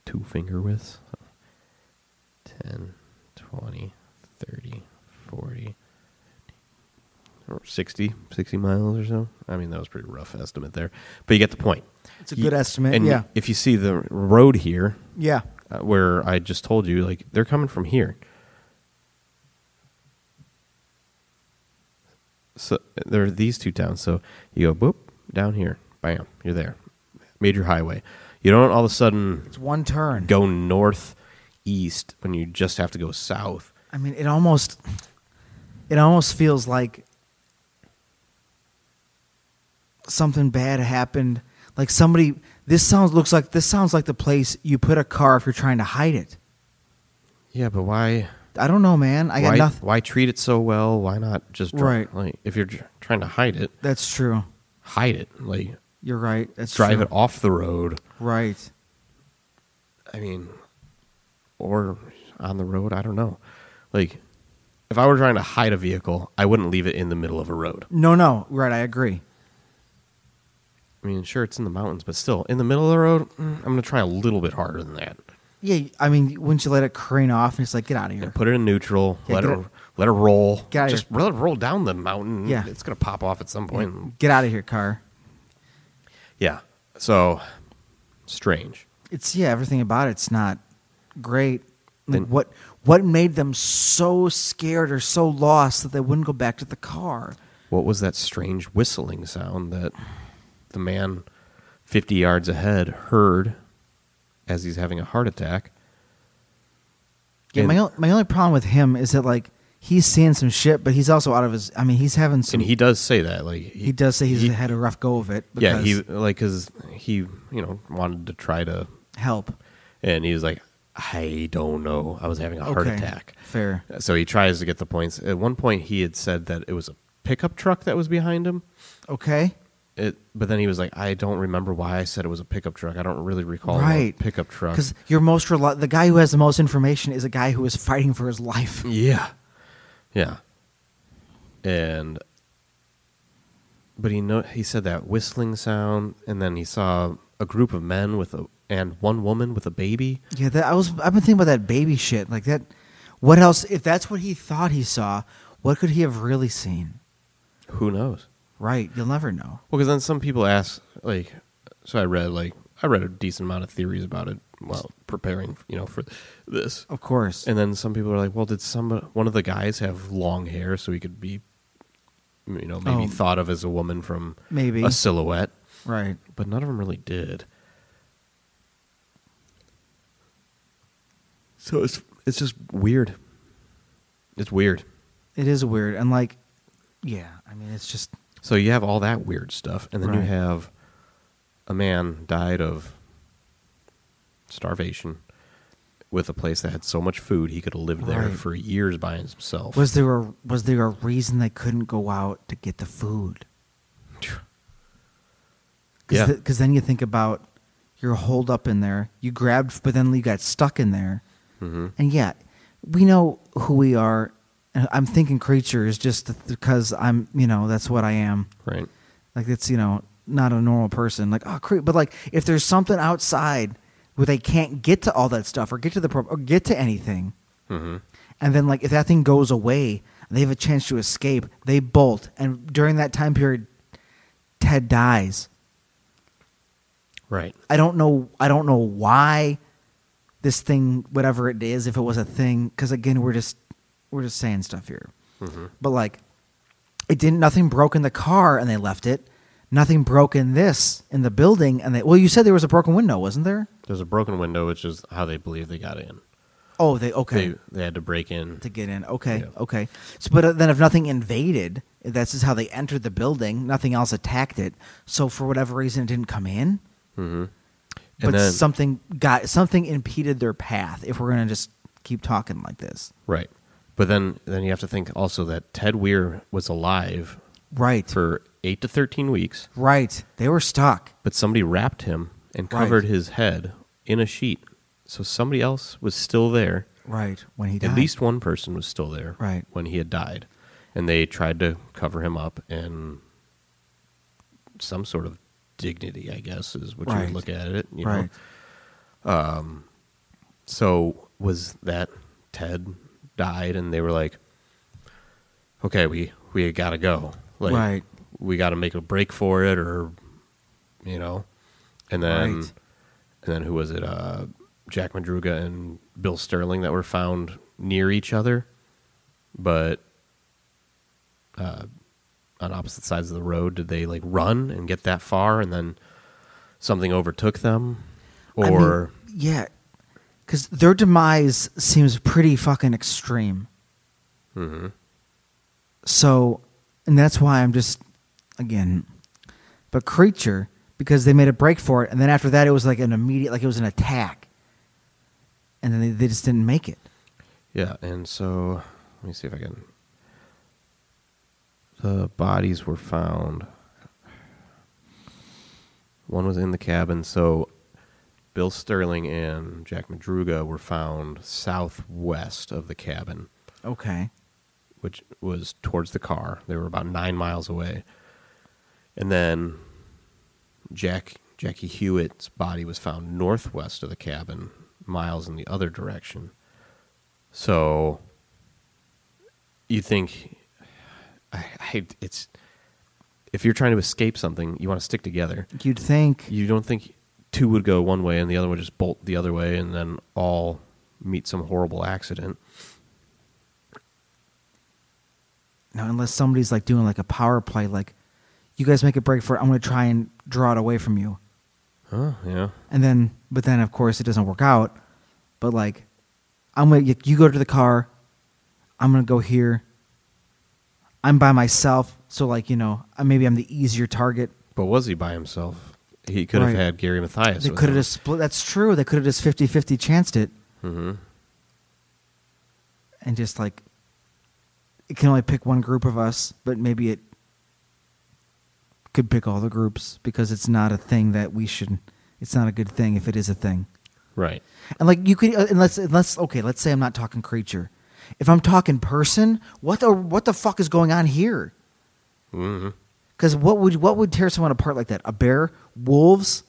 S1: two finger widths. So 10, 20, 30, 40, or 60, 60 miles or so. I mean, that was a pretty rough estimate there. But you get the point.
S2: It's a
S1: You-
S2: good estimate.
S1: And
S2: yeah.
S1: if you see the road here,
S2: yeah.
S1: uh, where I just told you, like they're coming from here. So there are these two towns. So you go whoop down here, bam, you're there. Major highway. You don't all of a sudden
S2: It's one turn.
S1: go north east when you just have to go south.
S2: I mean, it almost, it almost feels like something bad happened. Like somebody, this sounds looks like this sounds like the place you put a car if you're trying to hide it.
S1: Yeah, but why?
S2: I don't know, man. I got
S1: why,
S2: nothing.
S1: why treat it so well? Why not just dri-
S2: Right.
S1: Like if you're tr- trying to hide it,
S2: That's true.
S1: hide it. Like
S2: You're right. That's
S1: drive
S2: true.
S1: it off the road.
S2: Right.
S1: I mean, or on the road. I don't know. Like, if I were trying to hide a vehicle, I wouldn't leave it in the middle of a road.
S2: No, no. Right. I agree.
S1: I mean, sure, it's in the mountains, but still, in the middle of the road, mm, I'm going to try a little bit harder than that.
S2: Yeah. I mean, wouldn't you let it careen off and it's like, get out of here?
S1: And put it in neutral.
S2: Yeah,
S1: let
S2: get
S1: it,
S2: it-
S1: let it roll.
S2: Get out of
S1: Just
S2: here.
S1: let it roll down the mountain.
S2: Yeah.
S1: it's going to pop off at some point.
S2: Get out of here, car.
S1: Yeah. So strange.
S2: it's yeah, everything about it's not great. Like
S1: Then-
S2: what what made them so scared or so lost that they wouldn't go back to the car?
S1: What was that strange whistling sound that the man 50 yards ahead heard as he's having a heart attack?
S2: Yeah,
S1: And-
S2: my o- my only problem with him is that like he's seeing some shit, but he's also out of his. I mean, he's having some.
S1: And he does say that, like
S2: he does say he's
S1: he-
S2: had a rough go of it. Because
S1: yeah, he like because he you know wanted to try to,
S2: help.
S1: and he was like, I don't know, I was having a heart
S2: Okay,
S1: attack.
S2: Fair.
S1: So he tries to get the points. At one point, he had said that it was a pickup truck that was behind him.
S2: Okay.
S1: It, but then he was like, I don't remember why I said it was a pickup truck. I don't really recall
S2: Right.
S1: a pickup truck.
S2: Because your most reli- the guy who has the most information is a guy who is fighting for his life.
S1: Yeah. Yeah. And but he know he said that whistling sound and then he saw a group of men with a and one woman with a baby.
S2: Yeah, that I was. I've been thinking about that baby shit. Like that. What else? If that's what he thought he saw, what could he have really seen?
S1: Who knows?
S2: Right. You'll never know.
S1: Well, cuz then some people ask like so I read like I read a decent amount of theories about it while preparing, you know, for this.
S2: Of course.
S1: And then some people are like, "Well, did some one of the guys have long hair so he could be you know, maybe
S2: Oh.
S1: thought of as a woman from
S2: Maybe.
S1: a silhouette?"
S2: right.
S1: but none of them really did. So it's it's just weird. It's weird.
S2: It is weird. And like, yeah. I mean, it's just
S1: So you have all that weird stuff, and then you
S2: Right.
S1: have a man died of starvation with a place that had so much food he could have lived there
S2: Right.
S1: for years by himself.
S2: was there a was there a reason they couldn't go out to get the food? Cause
S1: yeah,
S2: Because then you think about you're holed up in there. You grabbed, but then you got stuck in there.
S1: hmm
S2: And yeah, we know who we are. And I'm thinking creature is just because I'm, you know, that's what I am.
S1: right.
S2: Like it's, you know, not a normal person. Like oh, creep. But like if there's something outside where they can't get to all that stuff or get to the pro- or get to anything,
S1: hmm
S2: and then like if that thing goes away, they have a chance to escape. They bolt, and during that time period, Ted dies.
S1: Right.
S2: I don't know. I don't know why this thing, whatever it is, if it was a thing, because again, we're just we're just saying stuff here.
S1: hmm
S2: But like, it didn't. Nothing broke in the car, and they left it. Nothing broke in this in the building, and they. Well, you said there was a broken window, wasn't there?
S1: There's a broken window, which is how they believe they got in.
S2: Oh, they okay
S1: They they had to break in
S2: to get in. Okay,
S1: Yeah.
S2: okay. So, but uh, then if nothing invaded, that's just how they entered the building. Nothing else attacked it. So for whatever reason, it didn't come in.
S1: hmm
S2: but something got something impeded their path if we're going to just keep talking like this
S1: Right. But then then you have to think also that Ted Weir was alive
S2: right
S1: for 8 to 13 weeks,
S2: right they were stuck
S1: but somebody wrapped him and
S2: Right.
S1: covered his head in a sheet. So somebody else was still there.
S2: right when he died
S1: At least one person was still there
S2: Right.
S1: when he had died. And they tried to cover him up in some sort of dignity, I guess, is what you
S2: Right.
S1: would look at it. You know?
S2: right
S1: So was that Ted died and they were like, okay, we we gotta go, like
S2: Right.
S1: we gotta make a break for it, or you know, and then
S2: Right.
S1: and then who was it? Uh, Jack Madruga and Bill Sterling that were found near each other, but uh, on opposite sides of the road. Did they like run and get that far, and then something overtook them,
S2: I mean,
S1: or?
S2: yeah because their demise seems pretty fucking extreme
S1: Mhm.
S2: so and that's why i'm just again but creature because they made a break for it and then after that it was like an immediate like it was an attack and then they, they just didn't make it
S1: Yeah, and so let me see if I can. The bodies were found. One was in the cabin, so Bill Sterling and Jack Madruga were found southwest of the cabin,
S2: okay
S1: which was towards the car. They were about nine miles away. And then Jack Jackie Hewitt's body was found northwest of the cabin, miles in the other direction. So you think I, I it's if you're trying to escape something, you want to stick together.
S2: you'd think
S1: You don't think two would go one way and the other would just bolt the other way and then all meet some horrible accident.
S2: Now, unless somebody's like doing like a power play, like you guys make a break for it, I'm going to try and draw it away from you,
S1: Huh? Yeah.
S2: and then but then of course it doesn't work out. But like, I'm gonna you- you go to the car, I'm gonna go here. I'm by myself, so like you know I- maybe I'm the easier target.
S1: But was he by himself? He could
S2: Right.
S1: have had Gary Mathias.
S2: they could have just split. That's true. They could have just 50-50 chanced it
S1: hmm
S2: and just like it can only pick one group of us, but maybe it could pick all the groups because it's not a thing that we should. It's not a good thing if it is a thing.
S1: Right.
S2: And like you could, uh, unless unless okay, let's say I'm not talking creature. If I'm talking person, what the what the fuck is going on here?
S1: hmm
S2: Because what would what would tear someone apart like that? A bear, wolves.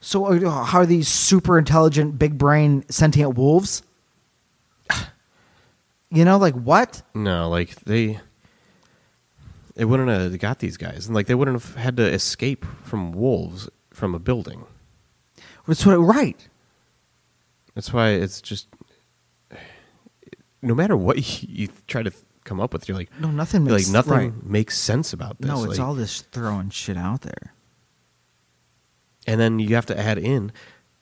S2: So are, how are these super intelligent, big brain, sentient wolves? You know, like what?
S1: No, like they, they wouldn't have got these guys, and like they wouldn't have had to escape from wolves from a building.
S2: That's what right.
S1: That's why it's just, no matter what you try to come up with, you're like,
S2: No, nothing makes
S1: like nothing
S2: right.
S1: makes sense about this.
S2: No, it's
S1: Like,
S2: all this throwing shit out there.
S1: and then you have to add in: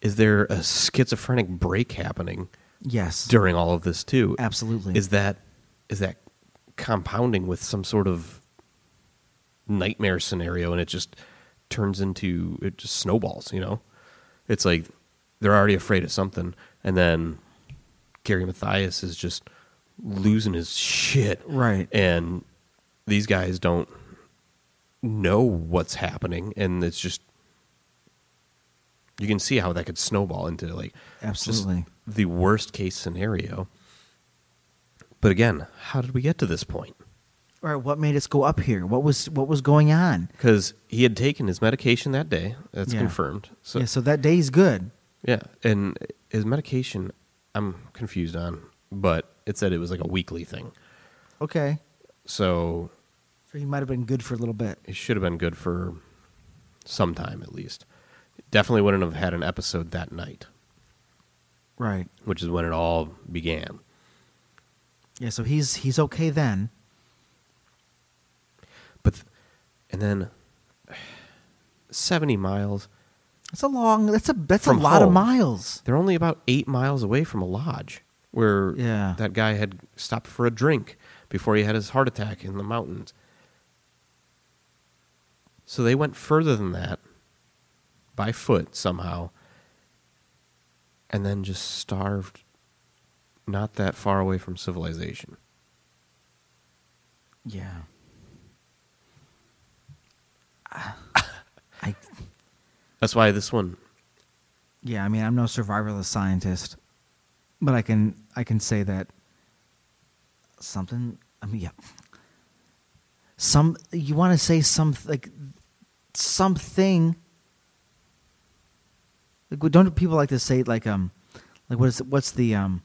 S1: is there a schizophrenic break happening
S2: Yes,
S1: during all of this too?
S2: absolutely.
S1: Is that is that compounding with some sort of nightmare scenario and it just turns into it just snowballs, you know? It's like they're already afraid of something and then Gary Mathias is just losing his shit.
S2: Right.
S1: And these guys don't know what's happening and it's just you can see how that could snowball into like just
S2: Absolutely.
S1: the worst case scenario. But again, how did we get to this point?
S2: All right, what made us go up here? What was what was going on?
S1: Because he had taken his medication that day. That's
S2: Yeah.
S1: confirmed. So
S2: yeah, so that day's good.
S1: yeah, and his medication, I'm confused on, but it said it was like a weekly thing.
S2: Okay,
S1: So
S2: so he might have been good for a little bit.
S1: it should have been good for some time at least. Definitely wouldn't have had an episode that night,
S2: Right.
S1: which is when it all began.
S2: Yeah. So he's he's okay then.
S1: But th- and then 70 miles
S2: That's a long. That's a that's
S1: From
S2: a lot of
S1: home.
S2: miles.
S1: They're only about eight miles away from a lodge where
S2: Yeah.
S1: that guy had stopped for a drink before he had his heart attack in the mountains. So they went further than that by foot somehow and then just starved not that far away from civilization.
S2: Yeah. I
S1: That's why this one,
S2: yeah. I mean, I'm no survivalist scientist, but I can I can say that something. I mean, yeah. Some you want to say some like something. Like, don't people like to say like um, like what is what's the um,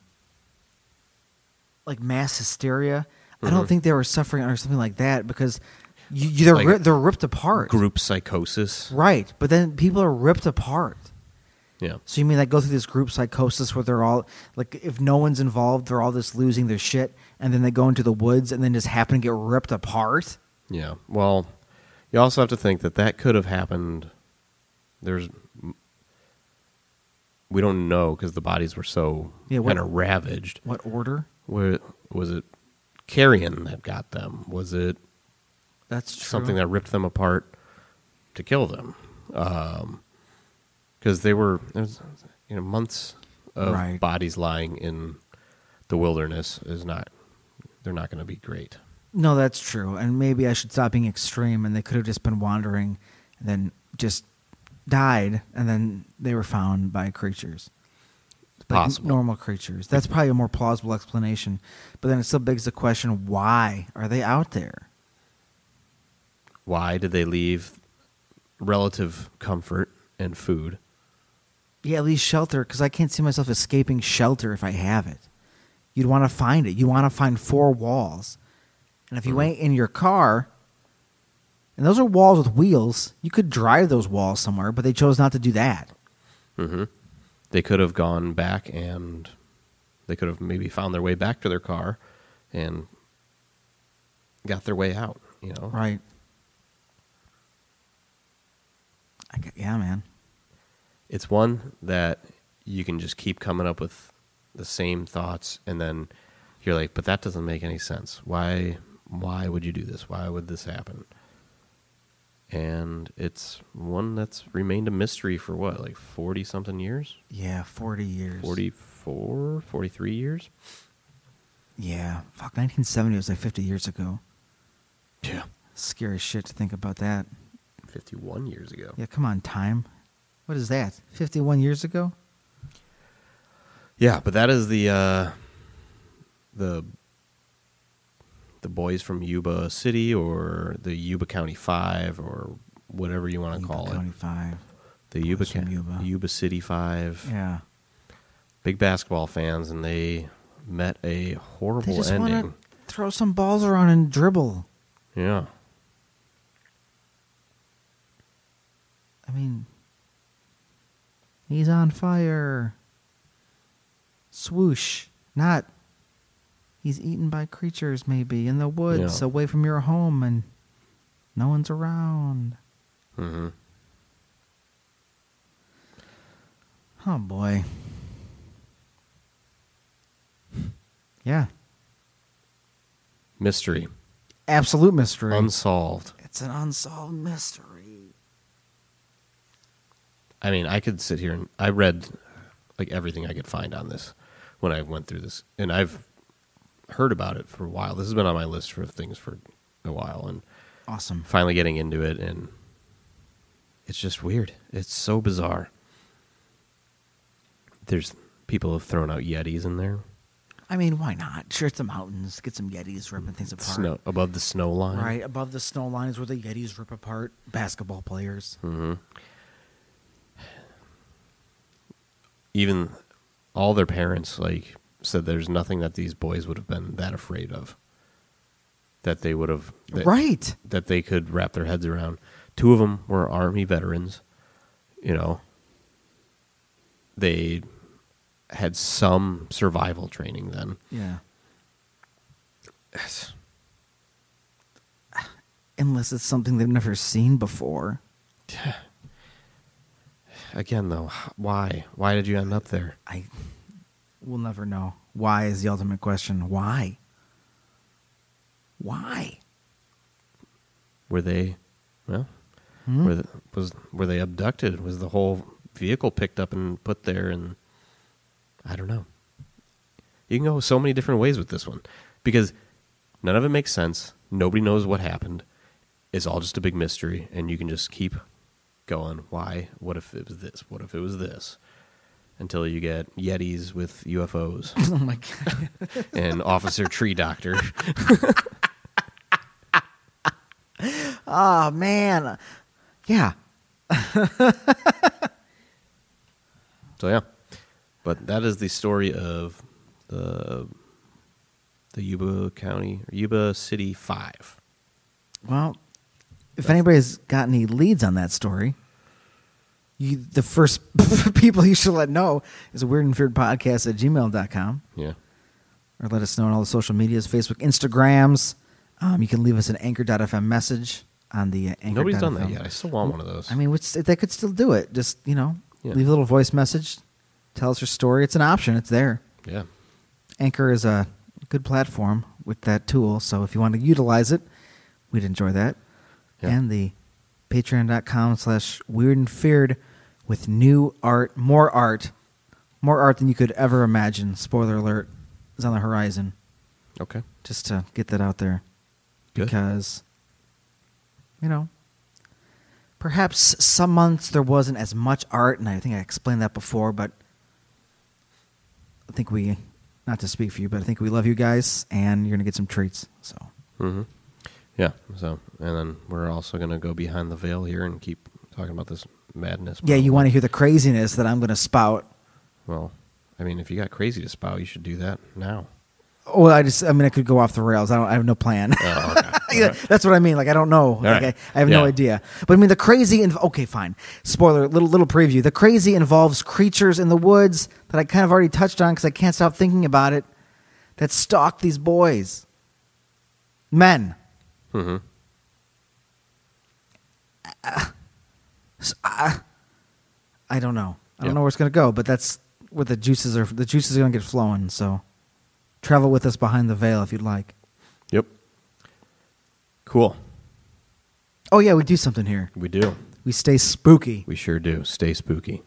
S2: like mass hysteria? I don't
S1: Mhm.
S2: think they were suffering or something like that because you, you they're
S1: Like
S2: ri- they're ripped apart.
S1: group psychosis.
S2: Right, but then people are ripped apart.
S1: Yeah.
S2: So you mean like go through this group psychosis where they're all like, if no one's involved, they're all just losing their shit, and then they go into the woods and then just happen to get ripped apart.
S1: Yeah. Well, you also have to think that that could have happened. There's. We don't know because the bodies were so
S2: Yeah, what-
S1: kind of ravaged.
S2: What order?
S1: Where was it? Carrion that got them. Was it
S2: That's true.
S1: something that ripped them apart to kill them? Because they were there was, you know months of
S2: Right.
S1: bodies lying in the wilderness is not. They're not going to be great.
S2: No, that's true. And maybe I should stop being extreme. And they could have just been wandering, and then just died, and then they were found by creatures. Like n-
S1: Possible.
S2: normal creatures. That's probably a more plausible explanation. But then it still begs the question: Why are they out there?
S1: why did they leave relative comfort and food
S2: Yeah, at least shelter, because I can't see myself escaping shelter if I have it. You'd want to find it. You want to find four walls, and if you
S1: Mhm.
S2: ain't in your car, And those are walls with wheels. You could drive those walls somewhere, but they chose not to do that.
S1: They could have gone back and they could have maybe found their way back to their car and got their way out, you know?
S2: Right. I g yeah, man.
S1: It's one that you can just keep coming up with the same thoughts and then you're like, but that doesn't make any sense. Why why would you do this? Why would this happen? And it's one that's remained a mystery for what, like 40 something years?
S2: Yeah, 40 years.
S1: 44, 43 years?
S2: Yeah. Fuck, 1970 was like 50 years ago.
S1: Yeah.
S2: Scary shit to think about that.
S1: 51 years ago.
S2: Yeah, come on, time. What is that? 51 years ago?
S1: Yeah, but that is the uh, the the boys from Yuba City or the Yuba County Five or whatever you want to call it.
S2: 25.
S1: The Yuba,
S2: Boys from
S1: Ca-
S2: Yuba.
S1: Yuba City Five,
S2: Yeah.
S1: big basketball fans, and they met a
S2: They
S1: horrible
S2: just want
S1: ending.
S2: to throw some balls around and dribble.
S1: Yeah,
S2: I mean, he's on fire. Swoosh. Not. He's eaten by creatures, maybe, in the woods,
S1: Yeah.
S2: away from your home, and no one's around.
S1: hmm
S2: Oh, boy. Yeah.
S1: mystery
S2: Absolute mystery.
S1: unsolved.
S2: it's an unsolved mystery.
S1: I mean, I could sit here and I read like everything I could find on this when I went through this, and I've heard about it for a while. This has been on my list for things for a while, and
S2: Awesome.
S1: finally getting into it, and it's just weird. It's so bizarre. There's people have thrown out yetis in there,
S2: I mean, why not? Sure, it's the mountains. Get some Yetis ripping things apart.
S1: Mm, snow above the snow line,
S2: Right above the snow line is where the Yetis rip apart basketball players.
S1: Mm, Even all their parents like said there's nothing that these boys would have been that afraid of. That they would have that-
S2: Right.
S1: that they could wrap their heads around. Two of them were army veterans, you know. They had some survival training then.
S2: Yeah. Unless it's something they've never seen before.
S1: Again though, h- why? Why did you end up there?
S2: I will never know. Why is the ultimate question. Why? Why?
S1: Were they well,
S2: Hmm?
S1: were th was were they abducted? Was the whole vehicle picked up and put there and I don't know. You can go so many different ways with this one because none of it makes sense. Nobody knows what happened. It's all just a big mystery and you can just keep going why? What if it was this? What if it was this? Until you get Yetis with UFOs
S2: oh my god.
S1: and Officer Tree Doctor.
S2: Oh man. Yeah.
S1: So yeah, but that is the story of the the Yuba County or Yuba City Five.
S2: Well, if anybody's got any leads on that story, you, the first people you should let know is a weird and feared podcast at gmail.com
S1: Yeah,
S2: or let us know on all the social medias Facebook, Instagrams. Um, you can leave us an anchor.fm message on the uh, anchor.
S1: nobody's done that yet. I still want one of those.
S2: I mean, which, they could still do it. Just, you know,
S1: Yeah.
S2: leave a little voice message, tell us your story. It's an option, it's there.
S1: yeah,
S2: Anchor is a good platform with that tool, so if you want to utilize it, we'd enjoy that.
S1: Yeah.
S2: And the patreon.com slash weird and feared with new art, more art, more art than you could ever imagine. Spoiler alert is on the horizon,
S1: okay,
S2: just to get that out there.
S1: Good.
S2: Because, you know, perhaps some months there wasn't as much art, and I think I explained that before, but I think we, not to speak for you, but I think we love you guys, and you're going to get some treats. So,
S1: hmm yeah. So and then we're also gonna go behind the veil here and keep talking about this madness.
S2: yeah, you want to hear the craziness that I'm going to spout.
S1: Well, I mean, if you got crazy to spout, you should do that now.
S2: Well, I just, I mean, I could go off the rails. I don't, I have no plan.
S1: Oh, okay.
S2: Yeah, That's what I mean. Like I don't know. Like,
S1: right.
S2: I, I have no
S1: Yeah.
S2: idea. But I mean, the crazy. Inv- okay, fine. Spoiler. Little little preview. The crazy involves creatures in the woods that I kind of already touched on because I can't stop thinking about it. That stalk these boys. Men.
S1: Mhm.
S2: Uh, S- I- I don't know. I don't
S1: Yeah.
S2: know where it's gonna go, but that's where the juices are. The juices are gonna get flowing. So, travel with us behind the veil if you'd like.
S1: Yep. Cool.
S2: Oh yeah, we do something here.
S1: We do.
S2: We stay spooky.
S1: We sure do. Stay spooky.